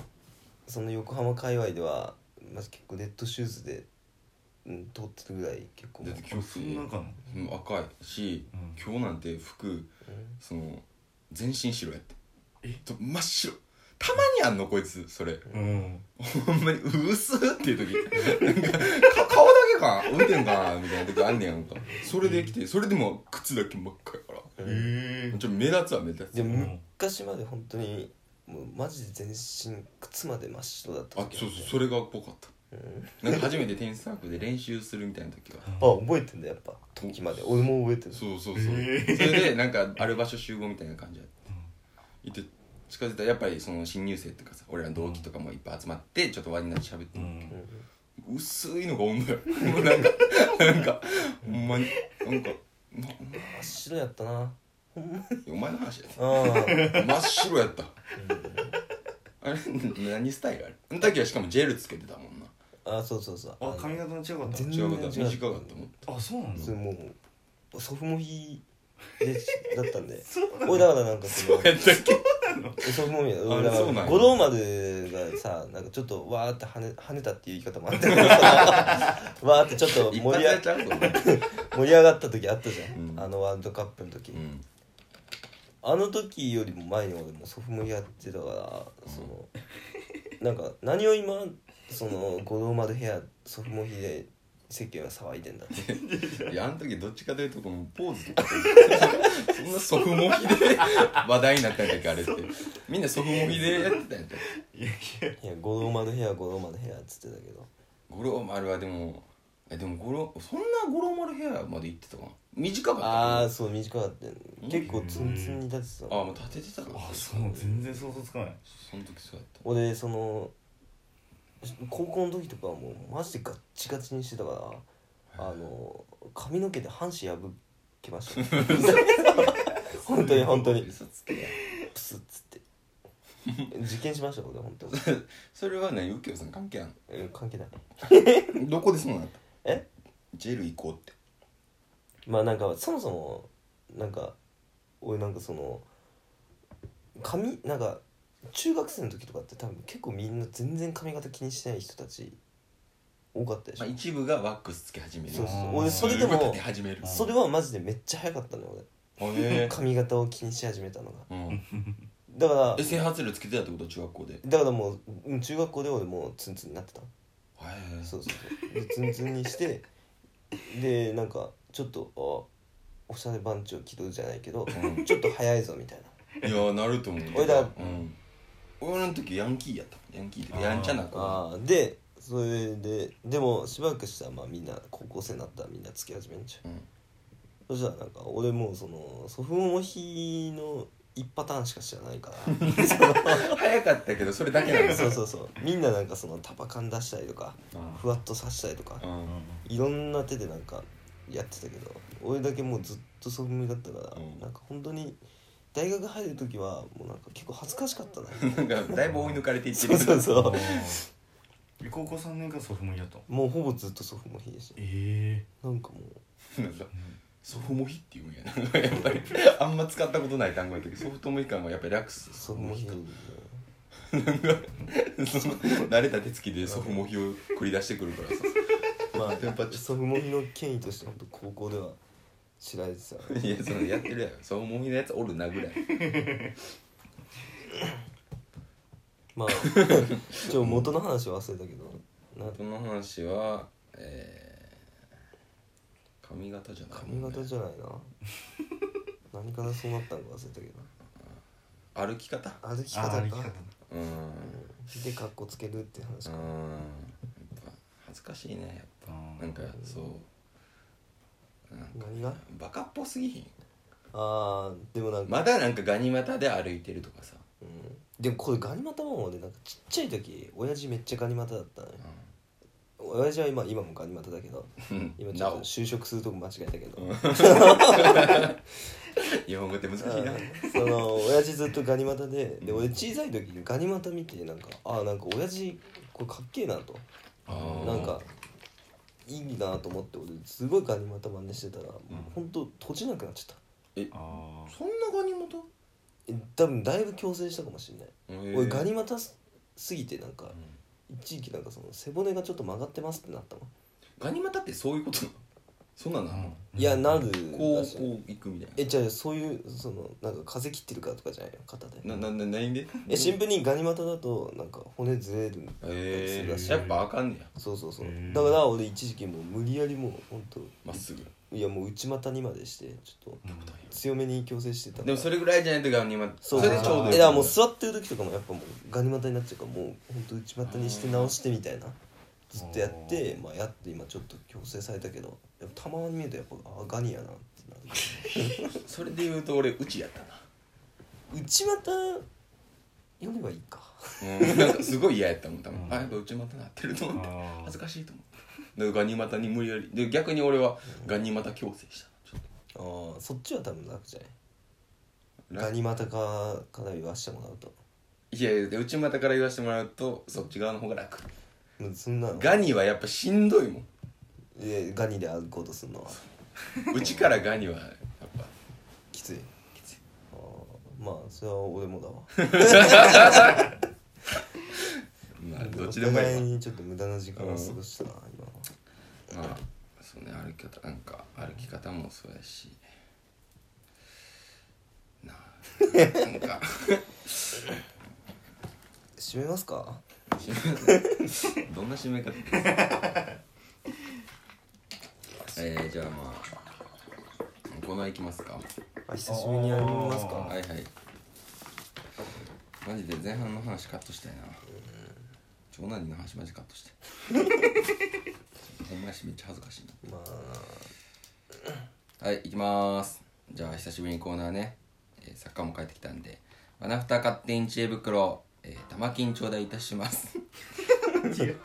[SPEAKER 1] その横浜界隈では、まあ、結構レッドシューズで、うん、通ってるぐらい結構も
[SPEAKER 2] だ
[SPEAKER 1] う
[SPEAKER 2] って今
[SPEAKER 3] そんな
[SPEAKER 2] 日
[SPEAKER 3] かな
[SPEAKER 2] うん赤いし、
[SPEAKER 3] うん
[SPEAKER 2] 今日なんて服その全身白やってえと真っ白たまにあんのこいつそれ
[SPEAKER 3] うん
[SPEAKER 2] ほんまに「うっす」っていう時なんかか顔だけか浮いてんかなみたいな時あんねやんかそれで来てそれでも靴だけ真っ赤やから
[SPEAKER 1] う
[SPEAKER 3] へ
[SPEAKER 1] ん
[SPEAKER 3] え
[SPEAKER 2] ちょ目立つは目立つ
[SPEAKER 1] でも昔まで本当にもうマジで全身靴まで真っ白だった
[SPEAKER 2] あそうそうそれがっぽかった
[SPEAKER 1] うん
[SPEAKER 2] なんか初めてテニスサークルで練習するみたいな時は
[SPEAKER 1] [LAUGHS] あ覚えてんだやっぱ時まで俺も覚えてる
[SPEAKER 2] そうそうそう、
[SPEAKER 3] へー
[SPEAKER 2] それでなんかある場所集合みたいな感じやっていて近づいたらやっぱりその新入生っていうかさ俺らの同期とかもいっぱい集まってちょっと輪になって喋って
[SPEAKER 3] う
[SPEAKER 1] う
[SPEAKER 2] る、
[SPEAKER 1] んん
[SPEAKER 2] 薄いのがおんのよもうなんか [LAUGHS] なんかほんまになんか
[SPEAKER 1] 真
[SPEAKER 2] な
[SPEAKER 1] っ白やったなほんまに
[SPEAKER 2] お前の話や
[SPEAKER 1] あ
[SPEAKER 2] [LAUGHS] で真っ白やったあれ何スタイルあれあの時はしかもジェルつけてたもんな
[SPEAKER 1] ああそうそうそう
[SPEAKER 3] あ髪型の違かっ
[SPEAKER 1] 全
[SPEAKER 2] 違
[SPEAKER 1] 然
[SPEAKER 2] うことは
[SPEAKER 1] 違う
[SPEAKER 2] 短かったもん
[SPEAKER 3] たあそうなん
[SPEAKER 1] そ
[SPEAKER 3] だ
[SPEAKER 1] れもう祖父母日でだったんで
[SPEAKER 3] そうなんだ
[SPEAKER 1] 俺だからなんかその
[SPEAKER 2] やったっけ
[SPEAKER 1] そう思うよ
[SPEAKER 2] あ
[SPEAKER 1] 俺だか
[SPEAKER 2] そうなん
[SPEAKER 1] ら
[SPEAKER 2] や
[SPEAKER 1] 五郎丸がさなんかちょっとわーって跳ね跳ねたっていう言い方もあったけどさわーってちょっと
[SPEAKER 2] 一
[SPEAKER 1] 盛
[SPEAKER 2] 発
[SPEAKER 1] りあ
[SPEAKER 2] やっちゃうぞお前
[SPEAKER 1] 盛り上がった時あったじゃん、
[SPEAKER 2] うん
[SPEAKER 1] あのワールドカップの時、
[SPEAKER 2] うん
[SPEAKER 1] あの時よりも前に俺も祖父母やってたからその、なんか何を今その五郎丸ヘア祖父母日で世間は騒いでんだって
[SPEAKER 2] [LAUGHS] いやあの時どっちかというとこのポーズとかそんな祖父母ひで話題になったんやったっけあれってみんな祖父母ひでやってたんやったっけ
[SPEAKER 3] いやいや
[SPEAKER 1] いや五郎丸ヘア五郎丸ヘアっつってたけど
[SPEAKER 2] 五郎丸はでもえでも五郎そんな五郎丸ヘアまで行ってたかな短かった
[SPEAKER 1] ああ
[SPEAKER 2] あ
[SPEAKER 1] そう短かったよね結構ツンツンに立ってた
[SPEAKER 2] あ
[SPEAKER 1] の
[SPEAKER 2] もう立ててたか
[SPEAKER 3] あそう全然想像つかない
[SPEAKER 2] その時そうやっ
[SPEAKER 1] 俺その高校の時とかはもうマジでガッチガチにしてたからあの髪の毛で半紙破けました、ね、本当に本当
[SPEAKER 2] た
[SPEAKER 1] に
[SPEAKER 2] 嘘つけや
[SPEAKER 1] プスッつって実験しました俺本当に
[SPEAKER 2] それはね右京さん関係あん
[SPEAKER 1] うん関係ない
[SPEAKER 2] のどこでそうなった
[SPEAKER 1] え
[SPEAKER 2] ジェル行こうって
[SPEAKER 1] まあなんかそもそもなんか俺なんかその髪なんか中学生の時とかって多分結構みんな全然髪型気にしてない人たち多かったでしょ、
[SPEAKER 2] まあ一部がワックスつけ始める
[SPEAKER 1] そうそう
[SPEAKER 3] 俺それ
[SPEAKER 1] でも
[SPEAKER 2] 一部が立て始める
[SPEAKER 1] それはマジでめっちゃ早かったのよ
[SPEAKER 2] あへ
[SPEAKER 1] 俺髪型を気にし始めたのが
[SPEAKER 2] えうん
[SPEAKER 1] だから
[SPEAKER 2] え整髪料つけてたってこと中学校でへ
[SPEAKER 1] だからもううん中学校で俺もうツンツンになってた
[SPEAKER 2] え
[SPEAKER 1] そうそうそうでツンツンにしてでなんかちょっとあおしゃれ番長気取るじゃないけど
[SPEAKER 2] うん
[SPEAKER 1] ちょっと早いぞみたいない
[SPEAKER 2] やーなると思う
[SPEAKER 1] [LAUGHS] 俺だ
[SPEAKER 2] うん、俺らの時ヤンキーやったもんヤンキーっていうか
[SPEAKER 3] あー
[SPEAKER 2] やんちゃな子
[SPEAKER 1] ああでそれででもしばらくしたらまあみんな高校生になったらみんなつき始めんじゃん
[SPEAKER 2] うん
[SPEAKER 1] そしたらなんか俺もうその祖父母の日の一パターンしか知らないから
[SPEAKER 2] [LAUGHS] 早かったけどそれだけなん [LAUGHS] です
[SPEAKER 1] そうそうそうみんななんかそのタバカン出したりとか
[SPEAKER 2] うん
[SPEAKER 1] ふわっと刺したりとか
[SPEAKER 2] うん
[SPEAKER 1] いろんな手でなんかやってたけど俺だけもうずっと祖父母だったから、
[SPEAKER 2] うん
[SPEAKER 1] なんか本当に大学入る時はもうなんか結構恥ずかしかったな
[SPEAKER 2] なんかだいぶ追い抜かれていって
[SPEAKER 1] そう
[SPEAKER 2] る
[SPEAKER 1] そうそう
[SPEAKER 3] え高校3年間祖父母いやったの
[SPEAKER 1] もうほぼずっと祖父母日でした
[SPEAKER 3] え
[SPEAKER 1] なんかもう
[SPEAKER 2] なんかソフトモヒって言うんやな [LAUGHS] やっぱりあんま使ったことない単語やけどソフトモヒ感はやっぱり略す [LAUGHS]
[SPEAKER 1] 祖父母日で
[SPEAKER 2] その慣れた手つきでソフモヒを繰り出してくるからさ [LAUGHS]
[SPEAKER 1] まあやっぱ祖父母日の権威として本当高校では知られてた
[SPEAKER 2] いやそのやってるやろソフモヒのやつおるなぐらい
[SPEAKER 1] [LAUGHS] まあちょ元の話は忘れたけどな
[SPEAKER 2] この話はえー、髪型じゃない
[SPEAKER 1] 髪型じゃないな何からそうなったのか忘れたけど
[SPEAKER 2] 歩き方
[SPEAKER 1] 歩き
[SPEAKER 3] あ
[SPEAKER 1] 方か
[SPEAKER 3] あ歩き方ね
[SPEAKER 2] うーんう
[SPEAKER 1] でかっこつけるって話
[SPEAKER 2] ー
[SPEAKER 1] か、
[SPEAKER 2] んやっぱ恥ずかしいねやっ
[SPEAKER 3] あ
[SPEAKER 2] ぱな
[SPEAKER 3] ー
[SPEAKER 2] んかそうなんか
[SPEAKER 1] 何が
[SPEAKER 2] バカっぽすぎひん
[SPEAKER 1] ああでもなんか、
[SPEAKER 2] まだなんかガニ股で歩いてるとかさ、
[SPEAKER 1] うん、でもこれガニ股もねなんかちっちゃい時親父めっちゃガニ股だったのよ親父は今今もガニ股だけど
[SPEAKER 2] うん、
[SPEAKER 1] [LAUGHS] 今ちょ
[SPEAKER 2] な
[SPEAKER 1] っと
[SPEAKER 2] お
[SPEAKER 1] 就職するとこ間違えたけど、
[SPEAKER 2] 日本語って難しいな
[SPEAKER 1] うん [LAUGHS] その親父ずっとガニ股でで俺小さい時にガニ股見てなんかああなんか親父これかっけえなと
[SPEAKER 2] あー
[SPEAKER 1] なんかいいなと思って俺すごいガニ股真似してたら、もうほんと閉じなくなっちゃった
[SPEAKER 3] あー
[SPEAKER 2] そんなガニ股
[SPEAKER 1] え多分だいぶ矯正したかもしれない、俺ガニ股すすぎてなんか
[SPEAKER 2] うん
[SPEAKER 1] 一時期なんかその背骨がちょっと曲がってますってなったもん、
[SPEAKER 2] ガニ股ってそういうことなのそんなんなの、
[SPEAKER 1] いやなる
[SPEAKER 2] こ
[SPEAKER 1] だ
[SPEAKER 2] う
[SPEAKER 1] し
[SPEAKER 2] こう行くみたい
[SPEAKER 1] えじゃあそういうそのなんか風切ってるからとかじゃないよ肩で
[SPEAKER 2] なななな何で
[SPEAKER 1] えシンプルにガニ股だとなんか骨ずれる
[SPEAKER 2] えー、やっぱあかんねや
[SPEAKER 1] そうそうそう
[SPEAKER 3] へー
[SPEAKER 1] だから俺一時期もう無理やりもうほんと
[SPEAKER 2] まっすぐ
[SPEAKER 1] いやもう内股にまでしてちょっと
[SPEAKER 3] うん
[SPEAKER 1] 強めに矯正してたから
[SPEAKER 2] でもそれぐらいじゃないとガニ股
[SPEAKER 1] そう
[SPEAKER 2] れでちょうど
[SPEAKER 1] えだからもう座ってる時とかもやっぱもうガニ股になっちゃうからもう本当内股にして直してみたいなずっとやってまあやって今ちょっと矯正されたけどやっぱたまに見るとやっぱあガニやなってなる
[SPEAKER 2] それで言うと俺うちやったな
[SPEAKER 1] 内股よりはいいか
[SPEAKER 2] うんなんかすごい嫌やったもん多分、
[SPEAKER 3] うん
[SPEAKER 2] あやっぱ内股なってると思って
[SPEAKER 3] あー
[SPEAKER 2] 恥ずかしいと思ってでガニ股に無理やりで逆に俺はガニ股矯正したちょっ
[SPEAKER 1] あーそっちは多分楽じゃない
[SPEAKER 2] と
[SPEAKER 1] ガニ股かかなり言わしてもらうと
[SPEAKER 2] いやいやで内股から言わせてもらうとそっち側の方が楽
[SPEAKER 1] もうそんなの
[SPEAKER 2] ガニはやっぱしんどいもん
[SPEAKER 1] えガニで歩こうとするのは
[SPEAKER 2] 内からガニはやっぱ
[SPEAKER 1] きついあーまあそれは俺もだわ
[SPEAKER 2] まあ [LAUGHS] どっちでも
[SPEAKER 1] お
[SPEAKER 2] いい
[SPEAKER 1] 互
[SPEAKER 2] わ
[SPEAKER 1] いにちょっと無駄な時間を過ごしたな、今は
[SPEAKER 2] まあそうね歩き方なんか歩き方もそうやしなあなんか
[SPEAKER 1] 閉めますか
[SPEAKER 2] [LAUGHS] どんな締め方えー、じゃあまあコーナーいきますか
[SPEAKER 1] あ久しぶりにやります
[SPEAKER 3] あ
[SPEAKER 1] か
[SPEAKER 2] はいはいマジで前半の話カットしたいな長男にの話マジカットしてほんまやしめっちゃ恥ずかしいな
[SPEAKER 1] まあ
[SPEAKER 2] はい、行きます。じゃあ、久しぶりにコーナーね。えー、作家も帰ってきたんで。ワナフタ勝手に知恵袋、えー、玉金頂戴いたします。 [LAUGHS]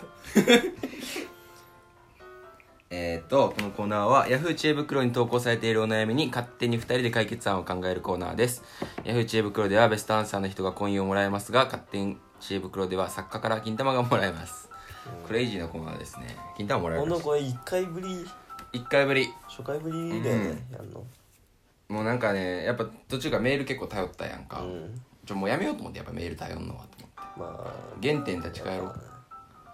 [SPEAKER 2] えっと、このコーナーは Yahoo! 知恵袋に投稿されているお悩みに勝手に2人で解決案を考えるコーナーです。Yahoo! 知恵袋ではベストアンサーの人がコインをもらえますが、勝手に知恵袋では作家から金玉がもらえます。クレイジーなコーナーですね。金玉もらえ
[SPEAKER 1] 今
[SPEAKER 2] る
[SPEAKER 1] 度これ1回ぶり
[SPEAKER 2] 1回ぶり。
[SPEAKER 1] 初回ぶりだよね、やんの
[SPEAKER 2] もうなんかねやっぱ途中からメール結構頼ったやんか、
[SPEAKER 1] うん
[SPEAKER 2] ちょもうやめようと思ってやっぱメール頼んのはと思っ
[SPEAKER 1] ま
[SPEAKER 2] て原点立ち返
[SPEAKER 1] あ、
[SPEAKER 2] ろ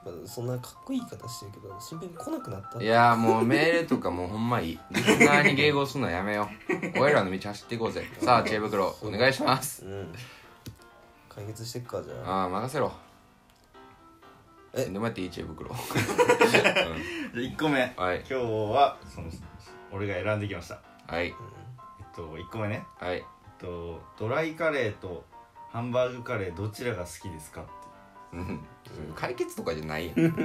[SPEAKER 1] まあ、そんなかっこいい言い方してるけど新聞来なくなった
[SPEAKER 2] ういやーもうメールとかもうほんまいいリスナーに迎合するのはやめよう俺らの道走っていこうぜさあ知恵袋お願いします
[SPEAKER 1] うん解決してっかじゃあ
[SPEAKER 2] ああ任せろ
[SPEAKER 1] え
[SPEAKER 2] えでもやっていい知恵
[SPEAKER 1] [LAUGHS]
[SPEAKER 2] 袋
[SPEAKER 3] じゃあ1個目
[SPEAKER 2] はい
[SPEAKER 3] 今日はその俺が選んできました
[SPEAKER 2] はい
[SPEAKER 3] えっと1個目ね
[SPEAKER 2] はい
[SPEAKER 3] えっとドライカレーとハンバーグカレーどちらが好きですかっ
[SPEAKER 2] うん解決とかじゃないやん
[SPEAKER 3] て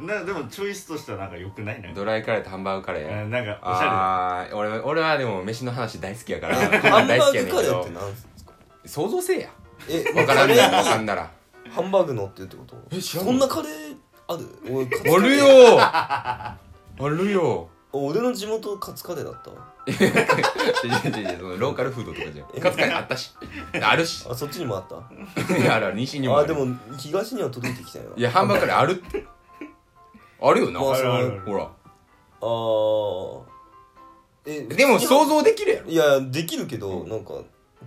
[SPEAKER 3] なでもチョイスとしてはなんか良くないなんか
[SPEAKER 2] ドライカレーとハンバーグカレ
[SPEAKER 3] う
[SPEAKER 2] ー
[SPEAKER 3] んなんかおしゃ
[SPEAKER 2] ああ俺は俺はでも飯の話大好きやか
[SPEAKER 1] [LAUGHS]
[SPEAKER 2] ら
[SPEAKER 1] ハンバー
[SPEAKER 2] 大好
[SPEAKER 1] グ
[SPEAKER 2] きやねん
[SPEAKER 1] カ
[SPEAKER 2] け
[SPEAKER 1] レーっ
[SPEAKER 2] ど
[SPEAKER 1] てなんすか
[SPEAKER 2] 想像せえや
[SPEAKER 1] え
[SPEAKER 2] わからんねんわかんなら
[SPEAKER 1] ハンバーグ乗ってるってこと
[SPEAKER 2] え知らん
[SPEAKER 1] そ
[SPEAKER 2] の
[SPEAKER 1] んなカレーある俺カツカレー
[SPEAKER 2] あるよあるよ
[SPEAKER 1] 俺の地元カツカレーだったわ
[SPEAKER 2] 違う違う違うそのローカルフードとかじゃんかつかにあったしある [LAUGHS] し
[SPEAKER 1] あそっちにもあった
[SPEAKER 2] あるある西にも
[SPEAKER 1] あ
[SPEAKER 2] る
[SPEAKER 1] でも東には届いてきたよ
[SPEAKER 2] いやハンバーグカレーあるってあるよな
[SPEAKER 1] まあ
[SPEAKER 2] ほ
[SPEAKER 1] そう
[SPEAKER 3] あるある
[SPEAKER 2] ら
[SPEAKER 1] あーえ
[SPEAKER 2] でも想像できるやろ
[SPEAKER 1] いやできるけど、
[SPEAKER 2] うん
[SPEAKER 1] なんか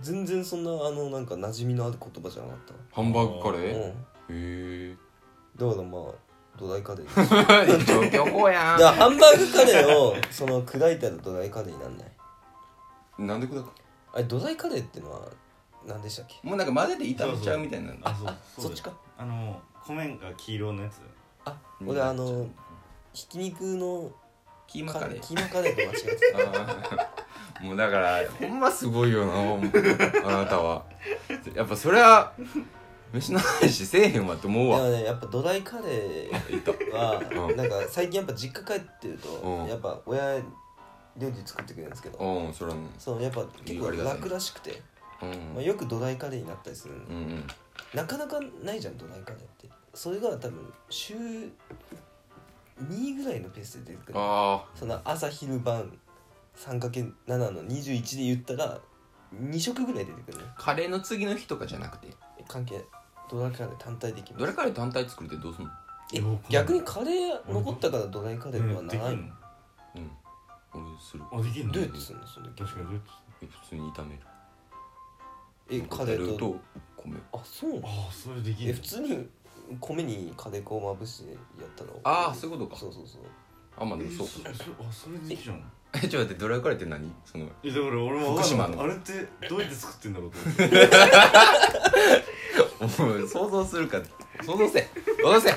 [SPEAKER 1] 全然そんなあのなんか馴染みのある言葉じゃなかった
[SPEAKER 2] ハンバーグカレ
[SPEAKER 1] う
[SPEAKER 2] ー
[SPEAKER 1] ん
[SPEAKER 2] へえ
[SPEAKER 1] だからまあ土台カレーです [LAUGHS] だか
[SPEAKER 2] [LAUGHS] 状況法や
[SPEAKER 1] らハンバーグカレーをその砕いたら土台カレーになんない
[SPEAKER 2] んなんで砕く
[SPEAKER 1] あれ土台カレーってのは何でしたっけ
[SPEAKER 2] もうなんか混ぜて炒めちゃうみたいなの
[SPEAKER 3] あそう
[SPEAKER 1] そっち
[SPEAKER 3] だ
[SPEAKER 1] か
[SPEAKER 3] よあの米が黄色のやつ
[SPEAKER 1] あ
[SPEAKER 2] うん
[SPEAKER 1] 俺あのひき肉の
[SPEAKER 2] キーマカレー
[SPEAKER 1] キーマカレーと間違えて
[SPEAKER 2] あーもうだからほんますごいよなほん [LAUGHS] まあなたはやっぱそりゃ飯の話せえへんわと思う
[SPEAKER 1] たで
[SPEAKER 2] わ
[SPEAKER 1] もねやっぱ土台カレー
[SPEAKER 2] いた
[SPEAKER 1] は [LAUGHS]
[SPEAKER 2] うん
[SPEAKER 1] なんか最近やっぱ実家帰ってると、
[SPEAKER 2] うん
[SPEAKER 1] やっぱ親料理作ってくれるんですけど、
[SPEAKER 2] うんそらね
[SPEAKER 1] そうやっぱ結構楽らしくて、
[SPEAKER 2] うん
[SPEAKER 1] まあ、よく土台カレーになったりするの、
[SPEAKER 2] うんうん
[SPEAKER 1] なかなかないじゃん土台カレーってそれが多分週2ぐらいのペースで出てくる
[SPEAKER 2] あ
[SPEAKER 1] その朝昼晩 3×7 の21で言ったら2食ぐらい出てくるね
[SPEAKER 2] あカレーの次の日とかじゃなくて
[SPEAKER 1] 関係ない土台カレー単体できま
[SPEAKER 2] ど
[SPEAKER 1] す
[SPEAKER 2] れカレー単体作るってどうすんの
[SPEAKER 1] え
[SPEAKER 3] よくわかんない
[SPEAKER 1] 逆にカレー残ったから土台カレーはならない
[SPEAKER 3] うんで
[SPEAKER 2] うん俺する
[SPEAKER 3] きんのあできんの
[SPEAKER 1] どうやってすんのその時
[SPEAKER 3] 確かにどうやって
[SPEAKER 2] え普通に炒める
[SPEAKER 1] えカレーと
[SPEAKER 2] と米
[SPEAKER 1] あそう
[SPEAKER 3] ああそれできん
[SPEAKER 1] え
[SPEAKER 3] の
[SPEAKER 1] 普通に米にカレー粉をまぶしてやったら
[SPEAKER 2] ああそういうことか
[SPEAKER 1] そうそうそう
[SPEAKER 2] あまあで
[SPEAKER 3] え
[SPEAKER 2] もそう
[SPEAKER 3] そ
[SPEAKER 2] か
[SPEAKER 3] そあそれでいいじゃん
[SPEAKER 2] えちょっと待ってドライカレーって何その
[SPEAKER 3] えだから俺もわ
[SPEAKER 2] 福
[SPEAKER 3] か
[SPEAKER 2] 島
[SPEAKER 3] んなかっ
[SPEAKER 2] の
[SPEAKER 3] たあれってどうやって作ってんだろうと
[SPEAKER 1] [LAUGHS]
[SPEAKER 3] 思って
[SPEAKER 2] おい想像するか想像せ想像せ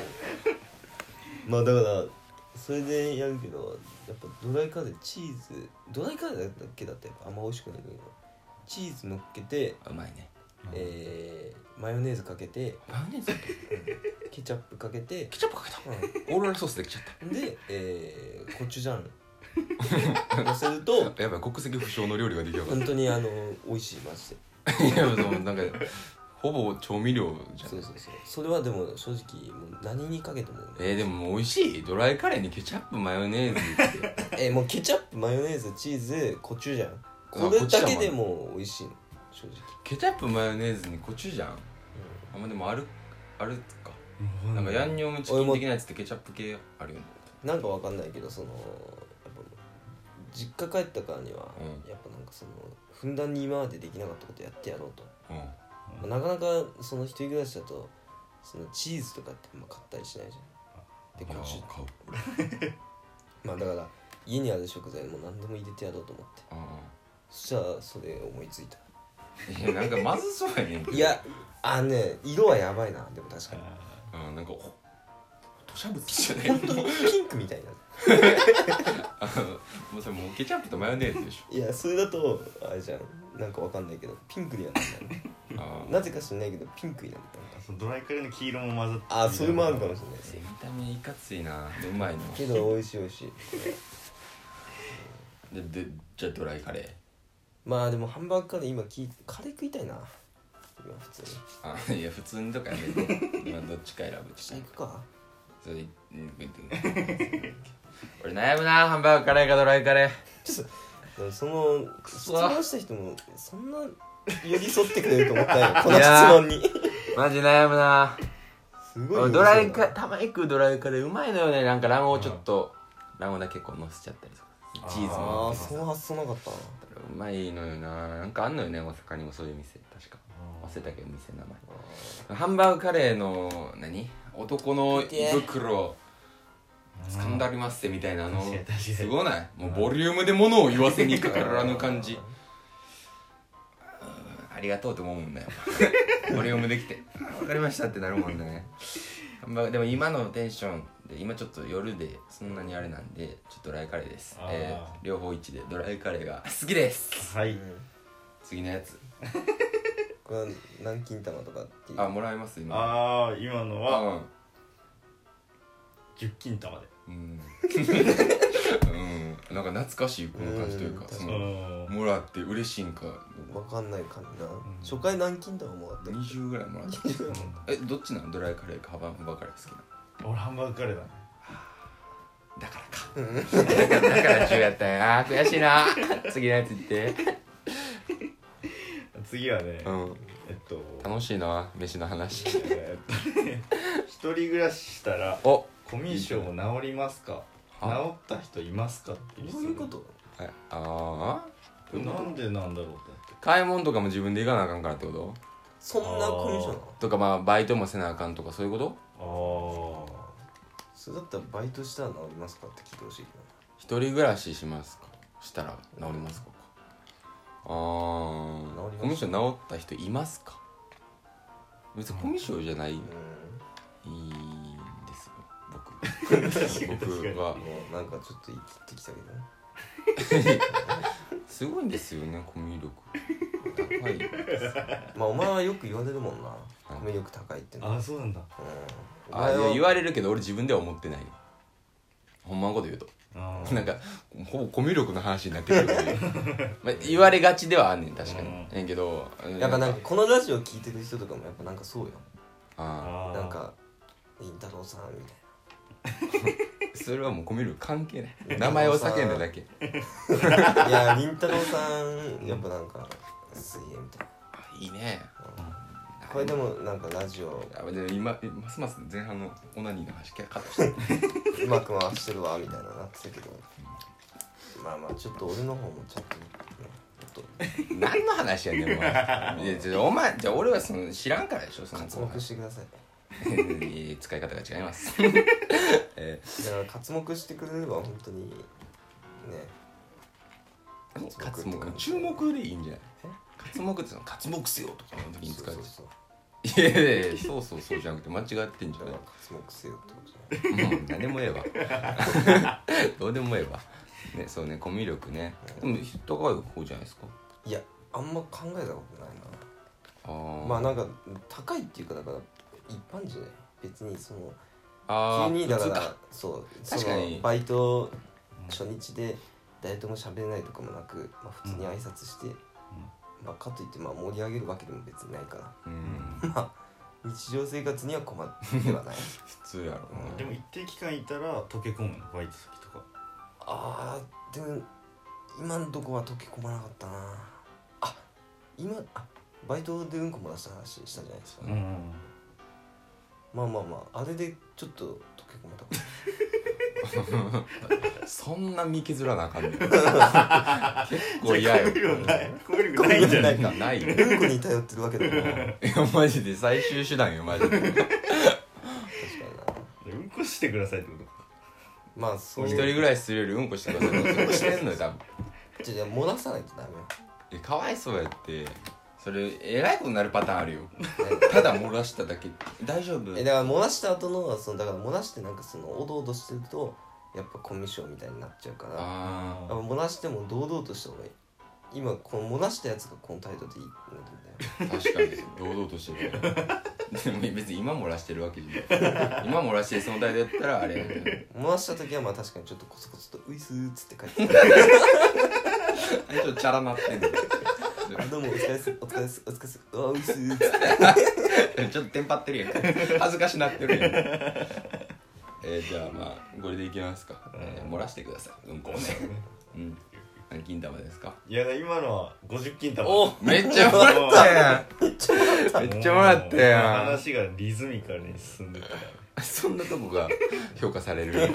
[SPEAKER 1] まあだからそれでやるけどやっぱドライカレーチーズドライカレーだけだってやっぱあんま美味しくないんだけどチーズ乗っけて、
[SPEAKER 2] うまいね
[SPEAKER 1] えー、マヨネーズかけて
[SPEAKER 2] マヨネーズ
[SPEAKER 1] ケチャップかけて、
[SPEAKER 2] ケチャップかけたオーロラソースできちゃった
[SPEAKER 1] うん、で、えー、コチュジャン乗せると
[SPEAKER 2] やばい国籍不詳の料理が出来上がっ
[SPEAKER 1] 本当にあの美味しいマジで
[SPEAKER 2] たいやもうなんかほぼ調味料じゃ
[SPEAKER 1] そ
[SPEAKER 2] ん
[SPEAKER 1] うそうそうそれはでも正直もう何にかけても
[SPEAKER 2] えー、でももう美味しいドライカレーにケチャップマヨネーズって
[SPEAKER 1] えーもうケチャップマヨネーズチーズコチュジャン
[SPEAKER 2] あ
[SPEAKER 1] これだけでも美味しいの正直
[SPEAKER 2] ケチャップマヨネーズにコチュジャンあんまでもあるあるかなんかヤンニョムチキン的なやつってケチャップ系あるよね
[SPEAKER 1] なんかわかんないけどそのやっぱ実家帰ったからには、
[SPEAKER 2] う
[SPEAKER 1] やっぱなんかそのふんだんに今までできなかったことやってやろうと、
[SPEAKER 2] うん
[SPEAKER 1] まあなかなかその一人暮らしだとそのチーズとかってあんま買ったりしないじゃんで
[SPEAKER 2] いや
[SPEAKER 1] こっち
[SPEAKER 2] 買う
[SPEAKER 1] まあだから家にある食材もう何でも入れてやろうと思って
[SPEAKER 2] う
[SPEAKER 1] そしたらそれ思いついた
[SPEAKER 2] んいやなんかまずそうやねんけど
[SPEAKER 1] いやあのね色はやばいなでも確かに
[SPEAKER 2] うんなんかお土砂物じゃない
[SPEAKER 1] [LAUGHS] 本当にピンクみたいな
[SPEAKER 2] あのもうそれもうケチャップとマヨネーズでし
[SPEAKER 1] いやそれだとあれじゃんなんかわかんないけどピンクにはならない
[SPEAKER 2] [LAUGHS] ょあー
[SPEAKER 1] なぜか知らないけどピンクになったのか
[SPEAKER 3] そのドライカレーの黄色も混ざって
[SPEAKER 1] あそれもあるかもしれないです
[SPEAKER 2] 見た目いかついなでうまいの
[SPEAKER 1] けど美味しい美味しい
[SPEAKER 2] ででじゃあドライカレー
[SPEAKER 1] まあでもハンバーグカレー今きカレー食いたいな今普通に
[SPEAKER 2] あいや普通にとかやめて今どっちか選ぶ
[SPEAKER 1] 下行くか
[SPEAKER 2] それうん俺悩むなハンバーグカレーかドライカレー
[SPEAKER 1] でもその質
[SPEAKER 2] そ
[SPEAKER 1] 問した人もそんな寄り添ってくれると思った
[SPEAKER 2] [LAUGHS]
[SPEAKER 1] よこの
[SPEAKER 2] い
[SPEAKER 1] 質
[SPEAKER 2] や
[SPEAKER 1] 問に
[SPEAKER 2] マジ悩むな
[SPEAKER 1] すごい寄り添うな
[SPEAKER 2] 俺ドライカたまに食うドライカレーうまいのよねなんか卵黄ちょっと卵黄だけこうのせちゃったりとかチーズ
[SPEAKER 1] あ
[SPEAKER 2] も
[SPEAKER 1] あその発想なかったな
[SPEAKER 2] うまいのよななんかあんのよね大阪にもそういう店確か忘れたけど店の名前ハンバーグカレーの何男の胃袋掴んだりますってみたいなあの
[SPEAKER 3] 確かに確かに
[SPEAKER 2] すごないもうボリュームで物を言わせにかからぬ感じうんありがとうって思うもん [LAUGHS] ねボリュームできてわかりましたってなるもんねハンバーグでも今のテンションで今ちょっと夜でそんなにあれなんでちょっとドライカレーです
[SPEAKER 3] あー
[SPEAKER 2] えー両方一致でドライカレーが好きです
[SPEAKER 3] は
[SPEAKER 1] う
[SPEAKER 3] い
[SPEAKER 1] ん
[SPEAKER 2] 次のやつ
[SPEAKER 1] これは南京玉とかっていう
[SPEAKER 2] あもらいます今
[SPEAKER 3] ああ今のは
[SPEAKER 2] あ
[SPEAKER 3] 10金玉で
[SPEAKER 2] うんうんなんか懐かしいこの感じというか
[SPEAKER 1] うん
[SPEAKER 2] そ
[SPEAKER 3] うん
[SPEAKER 2] のもらって嬉しいんか
[SPEAKER 1] わかんない感じな初回南京玉もらった
[SPEAKER 2] 20ぐらいもらったえどっちなのドライカレーかハンバーグカレー好きなの
[SPEAKER 3] 俺ハンバーグカレーだね
[SPEAKER 2] だからかだから10やったんやあー悔しいな次のやつ行って
[SPEAKER 3] 次はね、
[SPEAKER 2] うん
[SPEAKER 3] えっと
[SPEAKER 2] 楽しいな飯の話
[SPEAKER 3] えっとね一人暮らししたら
[SPEAKER 2] お
[SPEAKER 3] コミュ障治りますか
[SPEAKER 2] は
[SPEAKER 3] 治った人いますかって
[SPEAKER 1] どういうこと
[SPEAKER 2] はいああ
[SPEAKER 3] 質問なんでなんだろうって
[SPEAKER 2] 買い物とかも自分で行かなあかんからってこと
[SPEAKER 1] そんなコミュ障なの
[SPEAKER 2] とかまあバイトもせなあかんとかそういうこと
[SPEAKER 3] ああ
[SPEAKER 1] それだったらバイトしたら治りますかって聞いてほしいけ
[SPEAKER 2] 一人暮らししますかしたら治りますかああ
[SPEAKER 1] 治ります
[SPEAKER 2] コミュ障治った人いますか別にコミュ障じゃない、い
[SPEAKER 1] どない
[SPEAKER 2] んですよ僕
[SPEAKER 3] 確かに確かに
[SPEAKER 2] 僕は
[SPEAKER 1] うんもうなんかちょっと言ってきたけどね
[SPEAKER 2] すごいんですよねコミュ力高いです
[SPEAKER 1] まあお前はよく言われるもんなコミュ力高いっての
[SPEAKER 3] あ
[SPEAKER 1] は
[SPEAKER 3] あそうなんだ
[SPEAKER 1] うんお
[SPEAKER 2] あ
[SPEAKER 1] 前
[SPEAKER 2] いや言
[SPEAKER 1] は
[SPEAKER 2] われるけど俺自分では思ってないほんまのこと言うと
[SPEAKER 3] あ
[SPEAKER 2] なんかほぼコミュ力の話になってくるけ
[SPEAKER 1] [LAUGHS]
[SPEAKER 2] どまあ言われがちではあんねん確かに、
[SPEAKER 3] う
[SPEAKER 2] えんけど
[SPEAKER 1] やっぱなんかこのラジオ聞いてる人とかもやっぱなんかそうよ
[SPEAKER 2] あ
[SPEAKER 3] あ
[SPEAKER 1] なんかりんたろーさんみたい
[SPEAKER 2] ーそれはもうコミュ力関係ない名前を叫んだだけ
[SPEAKER 1] ないやりんたろーさんやっぱなんか水泳みたい
[SPEAKER 2] あいいね
[SPEAKER 1] なこれでもなんかラジオ
[SPEAKER 2] あでも今ますます前半のオナニーの話カットして
[SPEAKER 1] うまく回してるわみたいななってたけどまあまあちょっと俺の方もちゃんとねちょっと
[SPEAKER 2] 何の話やねんお前いやじゃあお前じゃあ俺はその知らんからでしょその
[SPEAKER 1] 活目してください
[SPEAKER 2] いや使い方が違います、え
[SPEAKER 1] だから活目してくれれば本当にね
[SPEAKER 2] ー、活目注目でいいんじゃない活目ってその活目せよとかの時に使う
[SPEAKER 1] そうそう
[SPEAKER 2] いやいやいやそうそうそうじゃなくて間違ってんじ
[SPEAKER 1] そ
[SPEAKER 2] ゃ
[SPEAKER 1] うだから
[SPEAKER 2] な
[SPEAKER 1] 活目せよってことじゃない
[SPEAKER 2] いうん何でもええわ [LAUGHS] どうでもええわねそうねコミュ力ねでもヒットが方じゃないですか
[SPEAKER 1] いやあんま考えたことない
[SPEAKER 2] あ
[SPEAKER 1] な
[SPEAKER 2] ー
[SPEAKER 1] まあなんか高いっていうかだから一般人ね別にその
[SPEAKER 2] あ
[SPEAKER 1] 急
[SPEAKER 2] ー
[SPEAKER 1] にだか
[SPEAKER 2] 普通
[SPEAKER 1] らそう
[SPEAKER 2] 確かに
[SPEAKER 1] そのバイト初日で誰とも喋れないとかもなく、まあ、普通に挨拶して、まあ、かといってまあ盛り上げるわけでも別にないか
[SPEAKER 2] うん
[SPEAKER 1] ら [LAUGHS] まあ日常生活には困って
[SPEAKER 2] [LAUGHS]
[SPEAKER 1] はない
[SPEAKER 2] 普通やろ
[SPEAKER 1] うん
[SPEAKER 3] でも一定期間いたら溶け込むのバイト先とか
[SPEAKER 1] あーでも今んとこは溶け込まなかったなあ今あバイトでうんこ漏らした話したじゃないですか、
[SPEAKER 3] ん
[SPEAKER 1] まあまあまああれでちょっと溶け込まれた
[SPEAKER 2] なそんな見削らなあ
[SPEAKER 3] [LAUGHS]
[SPEAKER 2] かんねん結構
[SPEAKER 3] じゃ
[SPEAKER 2] 嫌
[SPEAKER 3] あ
[SPEAKER 2] よ
[SPEAKER 3] コミュ力ないコミュ力ないんじゃない
[SPEAKER 1] か
[SPEAKER 2] ないよ
[SPEAKER 1] うんこに頼ってるわけでもない
[SPEAKER 2] いやマジで最終手段よマジで
[SPEAKER 1] 確かにな
[SPEAKER 3] うんこしてくださいってこと
[SPEAKER 1] まあそう
[SPEAKER 2] 一
[SPEAKER 1] いう
[SPEAKER 2] 人暮らしするよりうんこしてくださいうんこしてんのよ多分
[SPEAKER 1] じゃあじゃあ漏らさないとダメよ
[SPEAKER 2] えかわいそうやってそれえらいことになるパターンあるよ
[SPEAKER 1] 何
[SPEAKER 2] ただ漏らしただけ大丈夫
[SPEAKER 1] えだから漏らした後のそのだから漏らしてなんかそのおどおどしてるとやっぱコミュ障みたいになっちゃうからやっ
[SPEAKER 2] あ
[SPEAKER 1] ぱ漏らしても堂々とした方がいい今この漏らしたやつがこの態度でいいってなって
[SPEAKER 2] あ確かに堂々としてるでも別に今漏らしてるわけじゃない今漏らしてその態度やったらあれやけど
[SPEAKER 1] んだよ漏らした時はまあ確かにちょっとコソコソと「ういすー」っつって帰ってき
[SPEAKER 2] あれちょっとチャラなってんの
[SPEAKER 1] たどうもお疲れっすお疲れっすお疲れっすうわういすー」っつって
[SPEAKER 2] ちょっとテンパってるやん恥ずかしなってるやんえー、じゃあまあこれでいきますか、えー、漏らしてくださいうんこをねうん何金玉ですか
[SPEAKER 3] いや今のは50金玉
[SPEAKER 2] おめっちゃもらったやんめっちゃもらったや
[SPEAKER 3] 話がリズミカルに進んでたか
[SPEAKER 2] ん [LAUGHS] そんなとこが評価される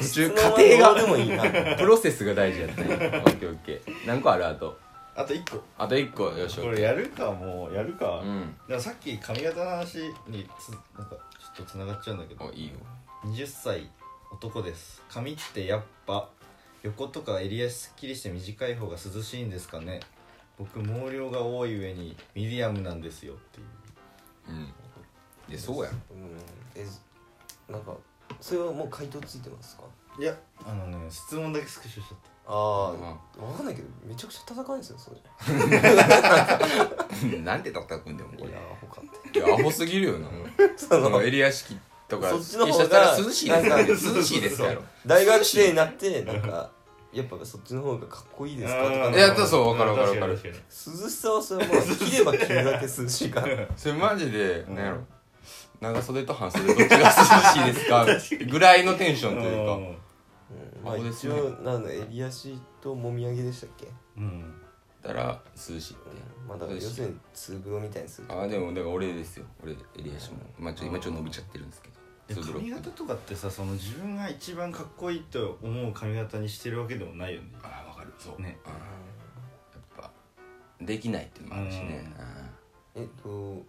[SPEAKER 2] 途中
[SPEAKER 1] そのまま
[SPEAKER 2] 過程
[SPEAKER 1] どうで
[SPEAKER 2] が
[SPEAKER 1] もいいな
[SPEAKER 2] [LAUGHS] プロセスが大事やったねオッケーオッケー何個あるあと
[SPEAKER 3] らあと1個
[SPEAKER 2] あと1個よいしょ
[SPEAKER 3] これやるかもうやるか、
[SPEAKER 2] うん
[SPEAKER 3] でもさっき髪型の話につなんかちょっとつながっちゃうんだけ
[SPEAKER 2] お
[SPEAKER 3] ど
[SPEAKER 2] いいよ
[SPEAKER 3] 20歳男です髪ってやっぱ横とか襟足すっきりして短い方が涼しいんですかね僕毛量が多い上にミディアムなんですよってい
[SPEAKER 2] う
[SPEAKER 3] う
[SPEAKER 2] んいやそうやん
[SPEAKER 1] うんえなんかそれはもう回答ついてますか
[SPEAKER 3] いやあのね質問だけスクショしちゃっ
[SPEAKER 1] あ
[SPEAKER 2] ま
[SPEAKER 1] あ分かんないけどめちゃくちゃ叩かないですよそれい
[SPEAKER 2] あなんでたったくんでもこれ
[SPEAKER 1] やほかって
[SPEAKER 2] いやアホすぎるよな
[SPEAKER 1] そ
[SPEAKER 2] そ
[SPEAKER 1] の
[SPEAKER 2] のエリア式とか
[SPEAKER 1] そっちの方が
[SPEAKER 2] 一緒したら涼しいです
[SPEAKER 1] なんか
[SPEAKER 2] [LAUGHS] 涼しいですやろ
[SPEAKER 1] 大学生になってなんかやっぱそっちの方がかっこいいですかとか
[SPEAKER 3] た
[SPEAKER 2] いやそうわかるわかるわかる
[SPEAKER 3] 確に
[SPEAKER 1] 涼しさはそれは
[SPEAKER 2] [LAUGHS]
[SPEAKER 1] もう着れば着るだけ涼しいから
[SPEAKER 2] それマジで
[SPEAKER 3] ん
[SPEAKER 2] なんやろ長袖と半袖どっちが涼しいですかぐらいのテンション
[SPEAKER 3] 確
[SPEAKER 2] と
[SPEAKER 3] かに
[SPEAKER 2] いううんここですね
[SPEAKER 1] 一応なんだ襟足ともみあげでしたっけ、
[SPEAKER 3] うん
[SPEAKER 2] たら涼しいって
[SPEAKER 1] まあだから要するに通風呂みたいにする
[SPEAKER 2] ああでもだから俺ですよ俺襟足も、まあ、ちょ今ちょっと伸びちゃってるんですけ
[SPEAKER 3] で
[SPEAKER 2] ど
[SPEAKER 3] 髪型
[SPEAKER 2] あ
[SPEAKER 3] とかってさその自分が一番かっこいいと思う髪型にしてるわけでもないよね
[SPEAKER 2] あーわかるそう
[SPEAKER 3] ね
[SPEAKER 2] あーやっぱできないっていうのもあるしね
[SPEAKER 3] うん
[SPEAKER 2] あ
[SPEAKER 1] えっと
[SPEAKER 2] ー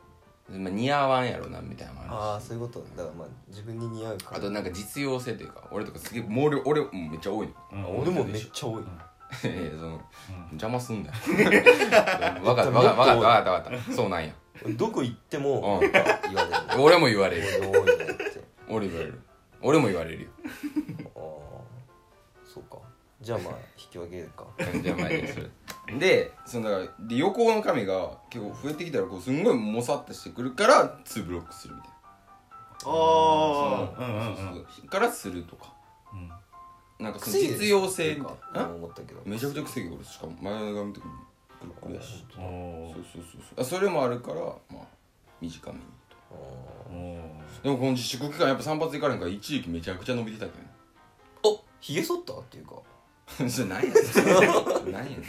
[SPEAKER 2] でまあ似合わんやろなみたいなのも
[SPEAKER 1] あ
[SPEAKER 2] あ
[SPEAKER 1] あ
[SPEAKER 2] るし
[SPEAKER 1] そういうことだからまあ自分に似合うか
[SPEAKER 2] あとなんか実用性というか俺とかすげえ毛量俺もめっちゃ多いの [LAUGHS]
[SPEAKER 3] うん
[SPEAKER 1] あ俺もめっちゃ多い
[SPEAKER 2] いやいやその
[SPEAKER 3] うん
[SPEAKER 2] 邪魔す
[SPEAKER 3] [LAUGHS]
[SPEAKER 2] んだよわかったわかったわかったわかったわかったそうなんや
[SPEAKER 1] 俺どこ行っても
[SPEAKER 2] う
[SPEAKER 1] 言
[SPEAKER 2] ん
[SPEAKER 1] われるの
[SPEAKER 2] 俺も言われる
[SPEAKER 1] 俺多いなって
[SPEAKER 2] 俺言われる俺も言われるよ
[SPEAKER 1] ああそうかじゃあまあ引き分けるか
[SPEAKER 2] じゃあまあいいやそれでそのだからで横の髪が結構増えてきたらこうすんごいもさっとしてくるから2ブロックするみたいな
[SPEAKER 3] ああ
[SPEAKER 2] そ
[SPEAKER 3] うん
[SPEAKER 2] の
[SPEAKER 3] うん
[SPEAKER 2] そううんそうそうからするとか
[SPEAKER 3] うん
[SPEAKER 2] なんかその実用性みたい
[SPEAKER 1] な
[SPEAKER 2] な
[SPEAKER 1] 思ったけど
[SPEAKER 2] めちゃくちゃ癖が俺しかも前髪とかもくるくるだし
[SPEAKER 3] お
[SPEAKER 2] そうそう
[SPEAKER 3] お
[SPEAKER 2] そうそうあそれもあるからまあ短めにと
[SPEAKER 1] あー
[SPEAKER 3] お
[SPEAKER 2] でもこの自粛期間やっぱ散髪行かれんから一時期めちゃくちゃ伸びてたけどね
[SPEAKER 1] あひげ剃ったっていうか
[SPEAKER 2] それ何やねん [LAUGHS] それ何やね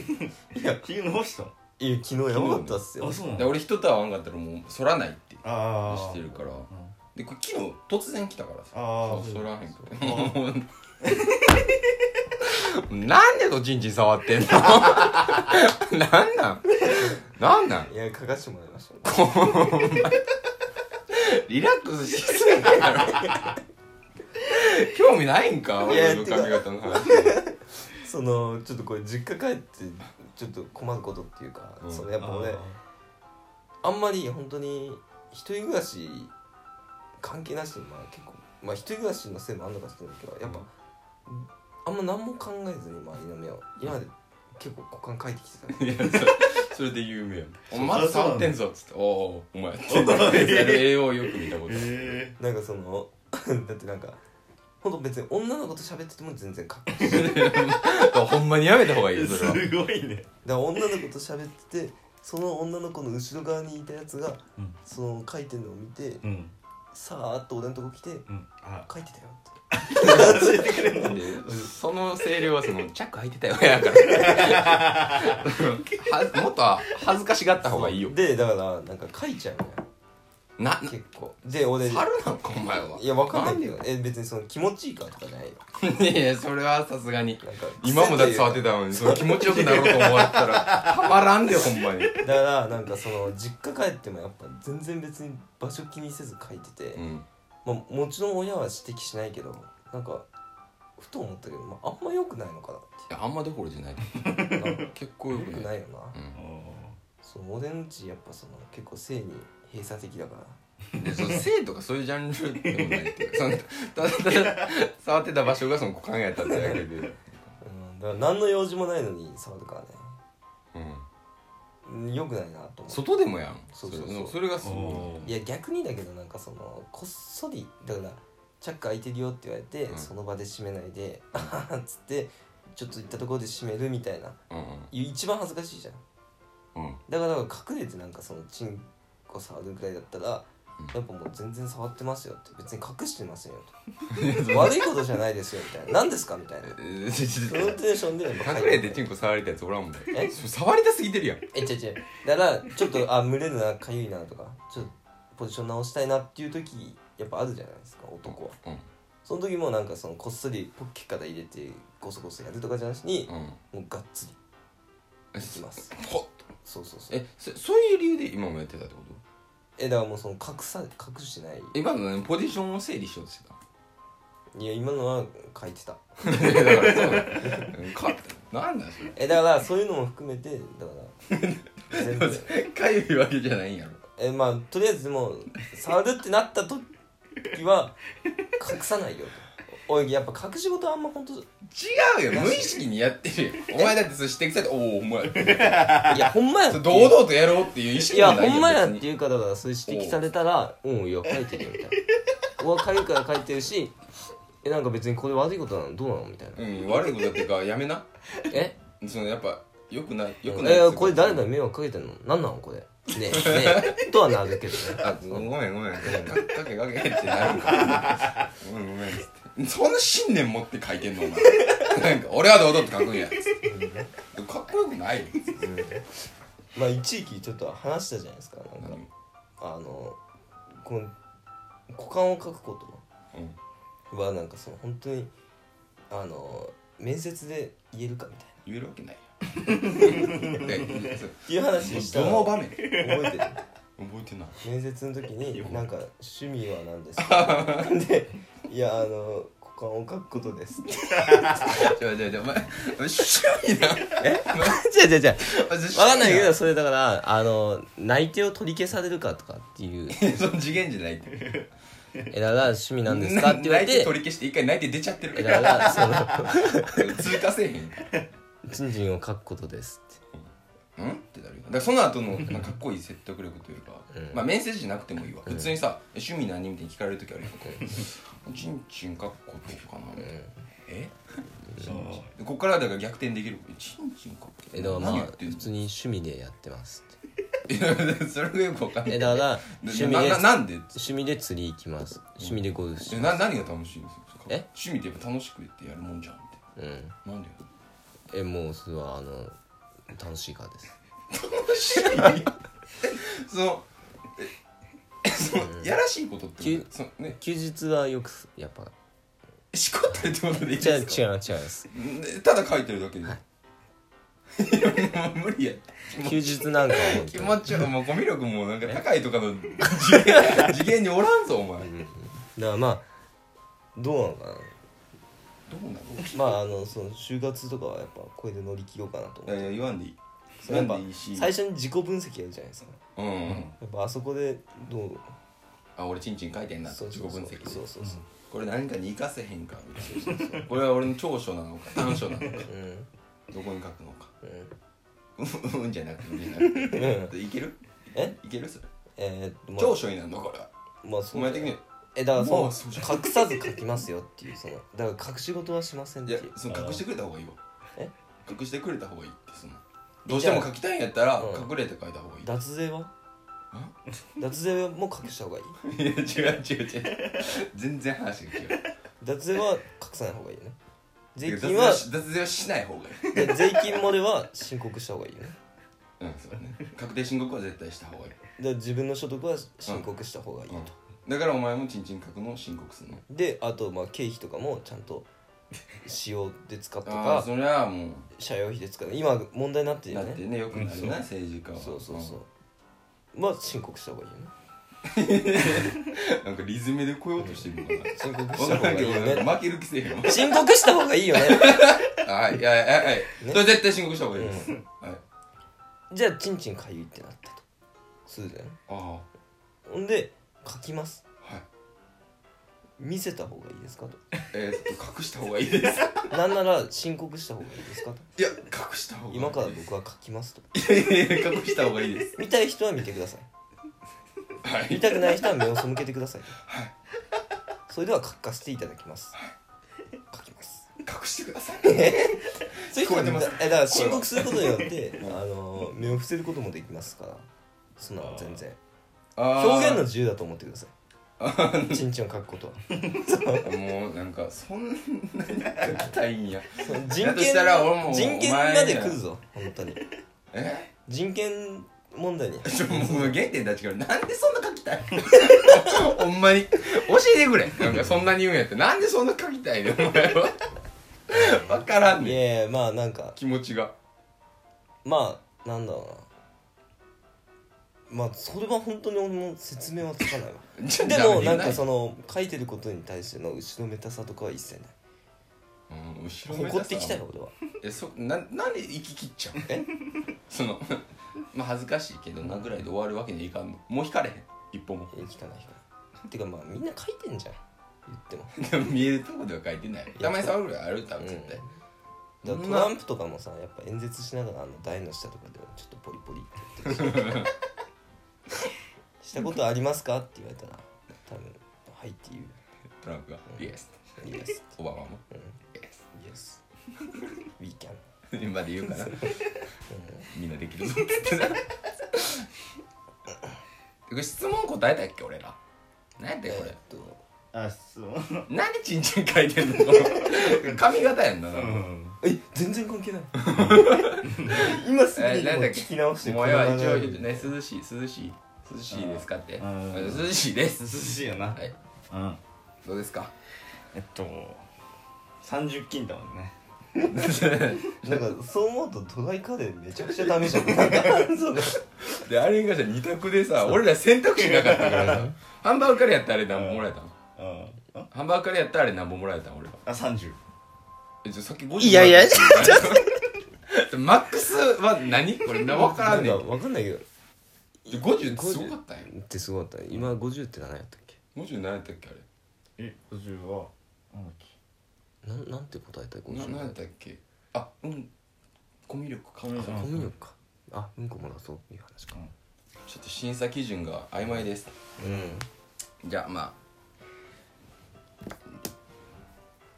[SPEAKER 2] ん
[SPEAKER 3] いや気伸ばしたの
[SPEAKER 1] いや昨日やばかったっすよ
[SPEAKER 3] あそうな
[SPEAKER 2] で
[SPEAKER 3] の
[SPEAKER 2] 俺一と合わんかったらもう反らないって
[SPEAKER 3] ああ
[SPEAKER 2] してるから
[SPEAKER 3] うん
[SPEAKER 2] でこれ昨日突然来たからさ
[SPEAKER 3] ああ
[SPEAKER 2] そう反らへん
[SPEAKER 3] そ
[SPEAKER 2] か
[SPEAKER 3] う
[SPEAKER 2] らもう [LAUGHS] なんでとチンチン触ってんの [LAUGHS] なんなんなんなん
[SPEAKER 1] いや書かしてもらいましたね
[SPEAKER 2] リラックスしすぎやろ興味ないんか
[SPEAKER 1] いや
[SPEAKER 2] 俺の髪型の話
[SPEAKER 1] そのちょっとこれ実家帰ってちょっと困ることっていうか、
[SPEAKER 2] うん
[SPEAKER 1] そのやっぱ俺
[SPEAKER 3] あ
[SPEAKER 1] あんまり本当に一人暮らし関係なしにまあ結構まあ一人暮らしのせいもあんのかもしれないけどやっぱ、あんま何も考えずに周りの目を今まで結構股間書いてきてた
[SPEAKER 2] いやそそれで有名やんお前ま
[SPEAKER 3] そう
[SPEAKER 2] だ触ってんぞっつって「おおお前」って栄養よく見たこ
[SPEAKER 3] ー
[SPEAKER 2] とある
[SPEAKER 1] な
[SPEAKER 3] へ
[SPEAKER 1] んかその [LAUGHS] だってなんか本当別に女の子と喋ってても全然かっこいいだか
[SPEAKER 2] [LAUGHS] ほんまにやめた方がいい
[SPEAKER 3] え
[SPEAKER 2] よそれは
[SPEAKER 3] すごいね
[SPEAKER 1] ら女の子と喋っててその女の子の後ろ側にいたやつが
[SPEAKER 3] うん
[SPEAKER 1] その書いてるのを見て
[SPEAKER 3] うん
[SPEAKER 1] さーっと俺のとこ来て
[SPEAKER 3] うんあ
[SPEAKER 1] 書いてたよって
[SPEAKER 2] でその声量はそのチャック開いてたよやから [LAUGHS] はもっと恥ずかしがった方がいいよ
[SPEAKER 1] でだからなんか書いちゃうのよ
[SPEAKER 2] なな
[SPEAKER 1] 結構で俺い
[SPEAKER 2] 猿なんかお前は
[SPEAKER 1] やわかんないんだよえ別にその気持ちいいからとかじゃないよ
[SPEAKER 2] いやいやそれはさすがに
[SPEAKER 1] なんか
[SPEAKER 2] 今もだって触って
[SPEAKER 1] た
[SPEAKER 2] たのにその気持ちよくなろうと思われた [LAUGHS] らたまらんでほんまに
[SPEAKER 1] だからなんかその実家帰ってもやっぱ全然別に場所気にせず書いてて、
[SPEAKER 2] うん
[SPEAKER 1] まあ、もちろん親は指摘しないけどなんかふと思ったけど、まあ、あんま良くないのか
[SPEAKER 2] いやあんまどころじゃない
[SPEAKER 1] なっていう
[SPEAKER 2] [LAUGHS]
[SPEAKER 1] なんか
[SPEAKER 2] 結構
[SPEAKER 1] 良
[SPEAKER 2] よ
[SPEAKER 1] く
[SPEAKER 2] くない
[SPEAKER 1] ないよな、
[SPEAKER 2] うん
[SPEAKER 1] その俺のうちやっぱその結構性に閉鎖的だから
[SPEAKER 2] でその性とかそういうジャンルでもないっていうかその [LAUGHS] ただただ触ってた場所がその股間やったってだけで、う
[SPEAKER 1] うん
[SPEAKER 2] ん、
[SPEAKER 1] だから何の用事もないのに触るからねうん良くないなと思って
[SPEAKER 2] 外でもやん
[SPEAKER 1] そうそうそう
[SPEAKER 2] れそれがすご
[SPEAKER 3] お
[SPEAKER 1] いや逆にだけどなんかそのこっそりだからチャック開いてるよって言われて、
[SPEAKER 2] うん
[SPEAKER 1] その場で閉めないで [LAUGHS] 「あははっつってちょっと行ったところで閉めるみたいない
[SPEAKER 2] うん
[SPEAKER 1] 一番恥ずかしいじゃん
[SPEAKER 2] うんうん
[SPEAKER 1] だから隠れてなんかそのチンコ触るぐらいだったら、
[SPEAKER 2] うん
[SPEAKER 1] やっぱもう全然触ってますよって別に隠してませんよ
[SPEAKER 2] [LAUGHS]
[SPEAKER 1] と悪いことじゃないですよみたいな何ですかみたいな
[SPEAKER 2] えーちょち
[SPEAKER 1] そ
[SPEAKER 2] ょ
[SPEAKER 1] のテンションでやっぱ
[SPEAKER 2] [LAUGHS] 隠れてチ
[SPEAKER 1] ち
[SPEAKER 2] ンコ触りたいやつおらんもん
[SPEAKER 1] え
[SPEAKER 2] 触りたすぎてるやん
[SPEAKER 1] え違う違うだからちょっとあ胸のなかゆいなとかちょっとポジション直したいなっていう時やっぱあるじゃないですか男は
[SPEAKER 2] うん
[SPEAKER 1] その時もなんかそのこっそりポッケから入れてゴソゴソやるとかじゃなしに、
[SPEAKER 2] うん
[SPEAKER 1] もうがっつり
[SPEAKER 2] え
[SPEAKER 1] いきます
[SPEAKER 2] ほ
[SPEAKER 1] そうそうそう
[SPEAKER 2] えそそういう理由で今もやってたってこ
[SPEAKER 1] えだからもうその隠さ隠してない
[SPEAKER 2] と今の何ポジションを整理しようとしてた
[SPEAKER 1] いや今のは書いてた
[SPEAKER 2] だからそううんかなんだよそれ
[SPEAKER 1] えだからそういうのも含めてだから全部
[SPEAKER 2] かゆいわけじゃないんやろ
[SPEAKER 1] えまあとりあえずでも触るってなった時は隠さないよとおいやっぱ隠し事はあんま本当
[SPEAKER 2] 違うよ無意識にやってるよお前だってそれ指摘されておおお前
[SPEAKER 1] いやほんまやっていう
[SPEAKER 2] 堂々とやろうっていう意
[SPEAKER 1] い
[SPEAKER 2] 識
[SPEAKER 1] や
[SPEAKER 2] もない
[SPEAKER 1] ほんまやっ
[SPEAKER 2] 別
[SPEAKER 1] て
[SPEAKER 2] に
[SPEAKER 1] いうかだからそういう指摘されたら「うんいや書いてるよ」みたいな「おはかゆいから書いてるしえなんか別にこれ悪いことなのどうなの?」みたいな
[SPEAKER 2] うん悪いことっていうかやめな
[SPEAKER 1] 「え
[SPEAKER 2] そのやっぱよくないよくない
[SPEAKER 1] えこれ誰
[SPEAKER 2] だ
[SPEAKER 1] が迷惑かけてんの何なのこれ」 [LAUGHS] ねえねえとはなるけどね
[SPEAKER 2] あごめんごめんごめんかけかけってなるからごめんごめんっつってそんな信念持って書いてんのお [LAUGHS] 前なんか俺は堂々と書くんやかっこよくないよ
[SPEAKER 1] まあ一時期ちょっと話したじゃないですかなんか
[SPEAKER 2] 何
[SPEAKER 1] あのこの股間を書くこと
[SPEAKER 2] うん
[SPEAKER 1] はなんかその本当にあの面接で言えるかみたいな
[SPEAKER 2] 言えるわけない [LAUGHS] よでそう
[SPEAKER 1] っていう話をした
[SPEAKER 2] ど
[SPEAKER 1] ら
[SPEAKER 2] の
[SPEAKER 1] 覚
[SPEAKER 2] 場面覚
[SPEAKER 1] えて
[SPEAKER 2] え
[SPEAKER 1] る
[SPEAKER 2] てない
[SPEAKER 1] 面接の時
[SPEAKER 2] いや
[SPEAKER 1] になんか趣味は何です [LAUGHS] かでいやあの股間を書くことです [LAUGHS]
[SPEAKER 2] じゃあじゃあじゃあお前趣味なえ
[SPEAKER 1] じゃじゃじゃ
[SPEAKER 2] 分
[SPEAKER 1] 分かんないけどそれだからあの内定を取り消されるかとかっていう
[SPEAKER 2] [LAUGHS] その次元じゃないって
[SPEAKER 1] えだから趣味なんですかって言われ
[SPEAKER 2] 泣いて
[SPEAKER 1] て
[SPEAKER 2] 取り消して一回泣いて出ちゃってる
[SPEAKER 1] [LAUGHS] えだからその
[SPEAKER 2] 通過せえへん
[SPEAKER 1] チンチンを書くことですって
[SPEAKER 2] うんってなるよだからその後のなんかかっこいい説得力というか、
[SPEAKER 1] うん
[SPEAKER 2] まあ面接じゃなくてもいいわ、
[SPEAKER 1] うん
[SPEAKER 2] 普通にさ「え趣味何?」みたいに聞かれる時あるよ [LAUGHS] 「ちんちんかっこどうかな」みたいなえでこっからだから逆転できるちんちんかっこ
[SPEAKER 1] えだからまあ
[SPEAKER 2] 何言ってん
[SPEAKER 1] 普
[SPEAKER 2] の
[SPEAKER 1] 通に趣味でやってますって
[SPEAKER 2] それがよくわかんない
[SPEAKER 1] えだから趣
[SPEAKER 2] な
[SPEAKER 1] 味で
[SPEAKER 2] なななんで
[SPEAKER 1] 趣味で釣り行きます趣味でゴルフし
[SPEAKER 2] え
[SPEAKER 1] ま
[SPEAKER 2] な
[SPEAKER 1] す
[SPEAKER 2] 何が楽しいんですか
[SPEAKER 1] え
[SPEAKER 2] 趣味ってやっぱ楽しくってやるもんじゃんみたい
[SPEAKER 1] うん
[SPEAKER 2] ななんでよ [LAUGHS]
[SPEAKER 1] えもうそれはあの楽しいからです
[SPEAKER 2] そのええその、やらしいことって
[SPEAKER 1] 急
[SPEAKER 2] そのね
[SPEAKER 1] 休日はよくやっぱ
[SPEAKER 2] しこってるってことでいいです
[SPEAKER 1] 違
[SPEAKER 2] か
[SPEAKER 1] う違う違います
[SPEAKER 2] んただ書いてるだけで、いやもう無理や
[SPEAKER 1] 休日なんかは本
[SPEAKER 2] 気
[SPEAKER 1] 当
[SPEAKER 2] 持
[SPEAKER 1] に
[SPEAKER 2] ち悪いもうコミュ力もなんか高いとか [LAUGHS] の次元次元におらんぞお前ど
[SPEAKER 1] だからまあどうなのかな
[SPEAKER 2] うな
[SPEAKER 1] まああのその就活とかはやっぱこれで乗り切ろうかなと思っ
[SPEAKER 2] の
[SPEAKER 1] て
[SPEAKER 2] いやいや言わんでいい
[SPEAKER 1] それ
[SPEAKER 2] 言
[SPEAKER 1] やっ
[SPEAKER 2] わ
[SPEAKER 1] ぱ
[SPEAKER 2] んでいいし
[SPEAKER 1] 最初に自己分析やるじゃないですか
[SPEAKER 2] うん、
[SPEAKER 1] やっぱあそこでどう
[SPEAKER 2] あ俺ちんちん書いてんなって
[SPEAKER 1] そう
[SPEAKER 2] 自己
[SPEAKER 1] そう
[SPEAKER 2] 分
[SPEAKER 1] そう
[SPEAKER 2] 析で
[SPEAKER 1] そうそうそ
[SPEAKER 2] これ何かに生かせへんかこれは俺の長所なのか短所なのか
[SPEAKER 1] ううん
[SPEAKER 2] どこに書くのか [LAUGHS]
[SPEAKER 1] うん
[SPEAKER 2] うんうんじゃなくてうんじゃなく [LAUGHS] ていける
[SPEAKER 1] え
[SPEAKER 2] いけるそれ
[SPEAKER 1] えーっとまあ
[SPEAKER 2] 長所になるのこれは
[SPEAKER 1] まあそ
[SPEAKER 2] お
[SPEAKER 1] うだ
[SPEAKER 2] 前
[SPEAKER 1] よ
[SPEAKER 2] 的に
[SPEAKER 1] えだからそ
[SPEAKER 2] ま
[SPEAKER 1] の
[SPEAKER 2] あそうじゃ
[SPEAKER 1] 隠さず書きますよっていうそのだから隠し事はしませんっ
[SPEAKER 2] い
[SPEAKER 1] て
[SPEAKER 2] や
[SPEAKER 1] いう
[SPEAKER 2] その隠してくれた方がいいわ
[SPEAKER 1] え
[SPEAKER 2] 隠してくれた方がいいってそのどうしても書きたいんやったら
[SPEAKER 1] うん
[SPEAKER 2] 隠れて書いた方がいい
[SPEAKER 1] 脱税は脱税も隠した方がいい
[SPEAKER 2] [LAUGHS] いや違う違う違う全然話が違う
[SPEAKER 1] 脱税は隠さない方がいいよね税
[SPEAKER 2] 脱税
[SPEAKER 1] 金は
[SPEAKER 2] はし脱税はしない方がいい
[SPEAKER 1] いや税金までは申告した方がいいよね
[SPEAKER 2] うんそうだね確定申告は絶対した方がいい
[SPEAKER 1] だから自分の所得は申告した方がいいと、
[SPEAKER 2] だからお前もちんちん書くのを申告するの
[SPEAKER 1] であとまあ経費とかもちゃんと使用で使うと
[SPEAKER 2] ああ
[SPEAKER 1] か
[SPEAKER 2] そりゃあもう
[SPEAKER 1] 社用費で使う今問題になってる
[SPEAKER 2] だ
[SPEAKER 1] よ
[SPEAKER 2] っ
[SPEAKER 1] ね
[SPEAKER 2] てねよくなるな政治家は
[SPEAKER 1] そうそうそうまあ申告した方がいいよね
[SPEAKER 2] うんなんかリズムで来ようとしてるのかな
[SPEAKER 1] 申告し
[SPEAKER 2] 分
[SPEAKER 1] た方
[SPEAKER 2] か
[SPEAKER 1] が
[SPEAKER 2] ら
[SPEAKER 1] い
[SPEAKER 2] ん
[SPEAKER 1] い
[SPEAKER 2] けど
[SPEAKER 1] よね
[SPEAKER 2] 負ける気せえへんわ
[SPEAKER 1] 申告した方がいいよね
[SPEAKER 2] はいはいはいはいそれ絶対申告した方がいいですはい
[SPEAKER 1] じゃあちんちんかゆいってなったとするじゃん
[SPEAKER 2] あ
[SPEAKER 1] ほんで書きます
[SPEAKER 2] あはい
[SPEAKER 1] 見せた方がいいですかと
[SPEAKER 2] えーっと隠した方がいいです
[SPEAKER 1] なんなら申告した方がいいですかと
[SPEAKER 2] いや隠した方がいい
[SPEAKER 1] 今から僕は書きますと
[SPEAKER 2] いやいやいや隠した方がいいです
[SPEAKER 1] 見たい人は見てください
[SPEAKER 2] は
[SPEAKER 1] 見
[SPEAKER 2] い
[SPEAKER 1] たくない人は目を背けてくださいそれでは書かせていただきます書きます
[SPEAKER 2] 隠してください
[SPEAKER 1] そういう人
[SPEAKER 2] 聞こえてます
[SPEAKER 1] えだから申告することによっ
[SPEAKER 2] [LAUGHS]
[SPEAKER 1] てあの目を伏せることもできますからそんなの全然 [LAUGHS] 表現の自由だと思ってくださ
[SPEAKER 2] [LAUGHS]
[SPEAKER 1] いちんちんを書くことは
[SPEAKER 2] のもうなんかそんなに書きたい
[SPEAKER 1] [LAUGHS]
[SPEAKER 2] んや
[SPEAKER 1] その
[SPEAKER 2] だ
[SPEAKER 1] 人
[SPEAKER 2] としたら俺も
[SPEAKER 1] 権人権
[SPEAKER 2] お前
[SPEAKER 1] まで来るぞ本当に
[SPEAKER 2] え
[SPEAKER 1] 人権問
[SPEAKER 2] [LAUGHS]
[SPEAKER 1] 題に
[SPEAKER 2] ちょもう原点立ちからなんでそんな書き
[SPEAKER 1] [LAUGHS]
[SPEAKER 2] たいほんまに教えてくれなんかそんなに言うんやってなんでそんな書きたいのお
[SPEAKER 1] [LAUGHS]
[SPEAKER 2] 前は分からん
[SPEAKER 1] い
[SPEAKER 2] ねん
[SPEAKER 1] やいやまあなんか
[SPEAKER 2] 気持ちが
[SPEAKER 1] まあなんだろうなまあそれは本当に俺も説明はつかないわ
[SPEAKER 2] [LAUGHS] じゃ
[SPEAKER 1] でも
[SPEAKER 2] じゃ
[SPEAKER 1] な
[SPEAKER 2] あ
[SPEAKER 1] んかその書いてることに対しての後ろめたさとかは一切ない
[SPEAKER 2] うん後ろめたさ
[SPEAKER 1] 誇ってきたよ俺は
[SPEAKER 2] えそななんで生き切っちゃうの
[SPEAKER 1] え
[SPEAKER 2] [LAUGHS] そのまあ恥ずかしいけどなぐらいで終わるわけにはいかんのもう引かれへん一歩も [LAUGHS]
[SPEAKER 1] え聞かない聞かないてかまあみんな書いてんじゃん言っても
[SPEAKER 2] でも見えるとこでは書いてないたまに触るぐらいある多
[SPEAKER 1] う
[SPEAKER 2] 分
[SPEAKER 1] ん
[SPEAKER 2] 絶対、
[SPEAKER 1] だから
[SPEAKER 2] そん
[SPEAKER 1] ト
[SPEAKER 2] な
[SPEAKER 1] ランプとかもさやっぱ演説しながらあの台の下とかでちょっとポリポリって言って
[SPEAKER 2] [LAUGHS]
[SPEAKER 1] るししたことありますかって言われたら多分「はい」って言う
[SPEAKER 2] トランプが「イエス
[SPEAKER 1] 「イエス」
[SPEAKER 2] オバマも
[SPEAKER 1] うん
[SPEAKER 2] 「イエス [LAUGHS]
[SPEAKER 1] 「イエス」「We can」
[SPEAKER 2] まで言うから
[SPEAKER 1] う
[SPEAKER 2] [LAUGHS] みんなできるぞって言 [LAUGHS] ってた質問答えたっけ俺ら何やったっけこ
[SPEAKER 1] え
[SPEAKER 2] れ
[SPEAKER 1] っと
[SPEAKER 3] あ質問
[SPEAKER 2] なんでチンチン書いてんの [LAUGHS] 髪型やんな
[SPEAKER 3] う
[SPEAKER 2] なんか
[SPEAKER 3] ん
[SPEAKER 1] え全然関係ない
[SPEAKER 2] [LAUGHS]
[SPEAKER 1] 今すぐ
[SPEAKER 2] え
[SPEAKER 1] にも
[SPEAKER 2] な
[SPEAKER 1] うん
[SPEAKER 2] だっ
[SPEAKER 1] 聞
[SPEAKER 2] け
[SPEAKER 1] き直して
[SPEAKER 2] もうええわ一応
[SPEAKER 1] この流れで
[SPEAKER 2] ね涼しい涼しい涼しいですかって
[SPEAKER 3] うん
[SPEAKER 2] 涼しいです
[SPEAKER 3] 涼しいよな、
[SPEAKER 2] はい
[SPEAKER 3] うん
[SPEAKER 2] どうですか
[SPEAKER 3] えっと30金だもんね
[SPEAKER 1] なんかそう思うと都内家電めちゃくちゃダメじゃんなん
[SPEAKER 2] [LAUGHS]
[SPEAKER 1] かそう
[SPEAKER 2] [LAUGHS] であれがじゃ二択でさ俺ら選択肢なかったから [LAUGHS] さハンバーグカレーやったらあれ何本もらえたの
[SPEAKER 3] うんあ
[SPEAKER 2] ハンバーグカレーやったらあれ何本もらえたの俺ら
[SPEAKER 3] 30
[SPEAKER 2] えじゃあさっき50
[SPEAKER 1] いやいや
[SPEAKER 2] もらったじゃん [LAUGHS] マックスは何これな分からんねん
[SPEAKER 1] か分かんないけど
[SPEAKER 2] 50ってすごかったんや
[SPEAKER 1] ってすごかった今50って何やったっけ
[SPEAKER 2] 50何やったっけあれ
[SPEAKER 3] え50はなんだっけ
[SPEAKER 1] なんなんて答えたい
[SPEAKER 2] な何やったっけあうんコミュ力か
[SPEAKER 1] あコミュ力かあうんこも出そうっていう話か
[SPEAKER 2] ちょっと審査基準が曖昧です
[SPEAKER 1] うん
[SPEAKER 2] じゃあまあ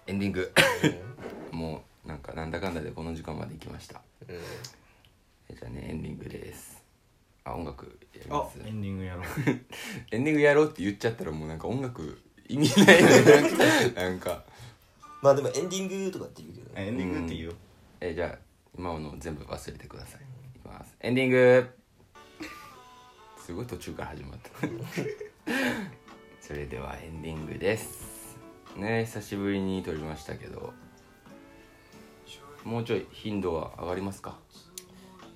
[SPEAKER 2] エンディング [LAUGHS] もうなんかなんだかんだでこの時間まで行きました
[SPEAKER 1] うん
[SPEAKER 2] えじゃあねエンディングですあ音楽やり
[SPEAKER 3] あ
[SPEAKER 2] ます
[SPEAKER 3] エンディングやろう
[SPEAKER 2] [LAUGHS] エンディングやろうって言っちゃったらもうなんか音楽意味ないよねなんか
[SPEAKER 1] まあでもエンディングとかって言うけどね
[SPEAKER 3] [LAUGHS] エンディングっていいよ
[SPEAKER 2] えじゃあ今の全部忘れてくださいいきますエンディングすごい途中から始まった [LAUGHS] それではエンディングですね久しぶりに撮りましたけどもうちょい頻度は上がりますか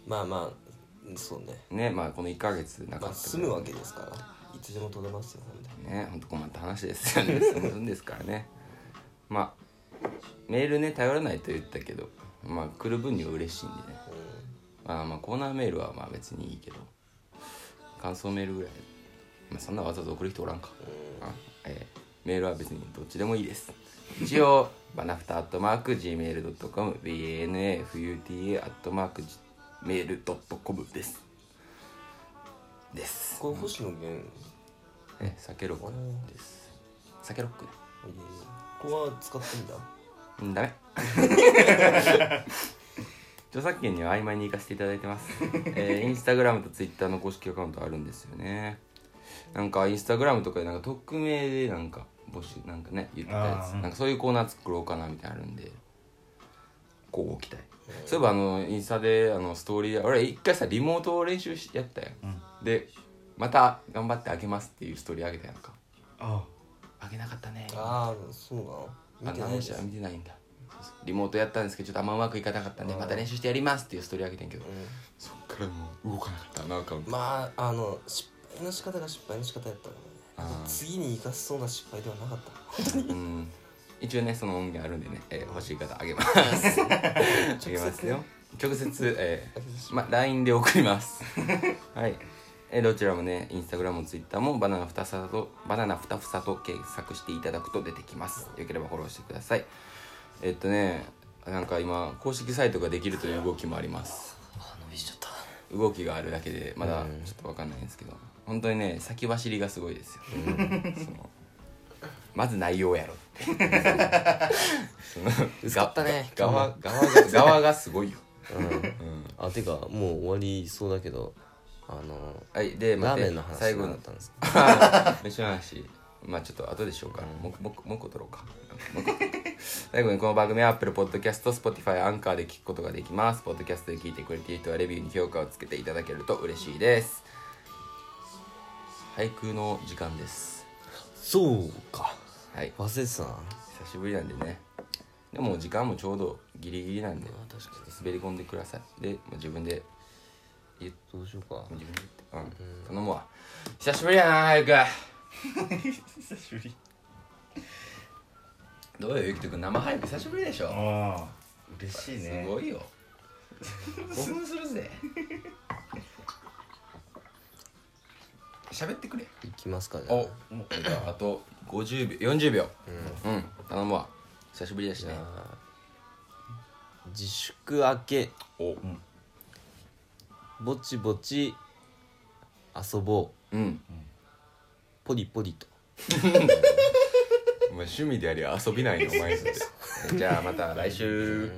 [SPEAKER 1] まあまあそうね
[SPEAKER 2] ねまあこの1ヶ月なか
[SPEAKER 1] まあ
[SPEAKER 2] ったけ
[SPEAKER 1] 住むわけですからいつでも取れますよなんで
[SPEAKER 2] ねほんと困った話ですよ
[SPEAKER 1] [LAUGHS]
[SPEAKER 2] ねそんなんですからねまあメールね頼らないと言ったけどまあ来る分には嬉しいんでねまあまあコーナーメールはまあ別にいいけど感想メールぐらい、まあ、そんなわざわざ送る人おらんか、あえーメールは別にどっちでもいいです一応 [LAUGHS] バナフタアットマーク Gmail.com BANAFUTA アットマーク Gmail.com ですです
[SPEAKER 1] これ星野源
[SPEAKER 2] え酒ロックです酒ロックね
[SPEAKER 1] ここは使っていいんだ
[SPEAKER 2] うんダメ著作権には曖昧に行かせていただいてます、えーインスタグラムとツイッターの公式アカウントあるんですよねなんかインスタグラムとかでなんか匿名でなんか募集なんかね言ってたやつ
[SPEAKER 3] あー
[SPEAKER 2] なんかそういうコーナー作ろうかなみたいなのあるんでこうご期待そういえばあのインスタであのストーリーで俺一回さリモート練習しやったやん、でまた頑張ってあげますっていうストーリーあげたやんか
[SPEAKER 3] あ
[SPEAKER 2] あげなかったね
[SPEAKER 1] ああそうなの見
[SPEAKER 2] あ
[SPEAKER 1] て
[SPEAKER 2] の
[SPEAKER 1] ないで
[SPEAKER 2] 話
[SPEAKER 1] す
[SPEAKER 2] は見てないんだリモートやったんですけどちょっとあんまうまくいかなかったんでまた練習してやりますっていうストーリーあげてんけど
[SPEAKER 1] う
[SPEAKER 2] そっからもう動かなかったなアカウン
[SPEAKER 1] んまああの失敗の仕方が失敗の仕方やった
[SPEAKER 2] あ
[SPEAKER 1] からね
[SPEAKER 2] ー
[SPEAKER 1] 次に生かせそうな失敗ではなかった
[SPEAKER 2] うん一応ねその音源あるんでね、えー欲しい [LAUGHS] 方あげます [LAUGHS] あげますよ直接、えーま、LINE で送ります [LAUGHS] はい、えーどちらもねインスタグラムもツイッターもバナナふたさとバナナふたふさと検索していただくと出てきますよければフォローしてくださいえっとねなんか今公式サイトができるという動きもあります
[SPEAKER 1] あ伸びしちゃった
[SPEAKER 2] 動きがあるだけでまだちょっと分かんないんですけど、本当にね先走りがすごいですよ、そのまず内容やろってその
[SPEAKER 1] [LAUGHS] 薄かった
[SPEAKER 2] [LAUGHS]
[SPEAKER 1] ね
[SPEAKER 2] が側側が側がすごいよ、
[SPEAKER 1] あてかもう終わりそうだけどあの
[SPEAKER 2] はいで
[SPEAKER 1] ラ
[SPEAKER 2] 待
[SPEAKER 1] ーメ
[SPEAKER 2] って
[SPEAKER 1] ンの話
[SPEAKER 2] 最後
[SPEAKER 1] な
[SPEAKER 2] の
[SPEAKER 1] かったん [LAUGHS] です
[SPEAKER 2] あー飯の話まあちょっと後でしようか、もうもうもう一個取ろうか [LAUGHS] もう一個取ろうか最後にこの番組は Apple Podcast、Spotify、アンカーで聞くことができます。ポッドキャストで聞いてくれている人はレビューに評価をつけていただけると嬉しいです。俳句の時間です。
[SPEAKER 1] そうか
[SPEAKER 2] はい、
[SPEAKER 1] 忘れてたな
[SPEAKER 2] 久しぶりなんでね。でも時間もちょうどギリギリなんで、
[SPEAKER 1] 確か
[SPEAKER 2] 滑り込んでください。で、もう自分で言っ
[SPEAKER 1] にどうしようか
[SPEAKER 2] 自分で言って、うん、頼むわ。久しぶりやな、俳句。
[SPEAKER 3] [LAUGHS] 久しぶり
[SPEAKER 2] どうよゆきとくん生配布久しぶりでしょ
[SPEAKER 3] ああ嬉しいね
[SPEAKER 2] すごいよ興奮するぜ喋ってくれ
[SPEAKER 1] いきますかね
[SPEAKER 2] おじゃああと50秒40秒うん、頼むわ久しぶりだしね
[SPEAKER 1] 自粛明け
[SPEAKER 2] お
[SPEAKER 1] ぼちぼち遊ぼう
[SPEAKER 2] うん
[SPEAKER 1] ポリポリと
[SPEAKER 2] [LAUGHS] お前趣味であり遊びないのお前じゃあまた来週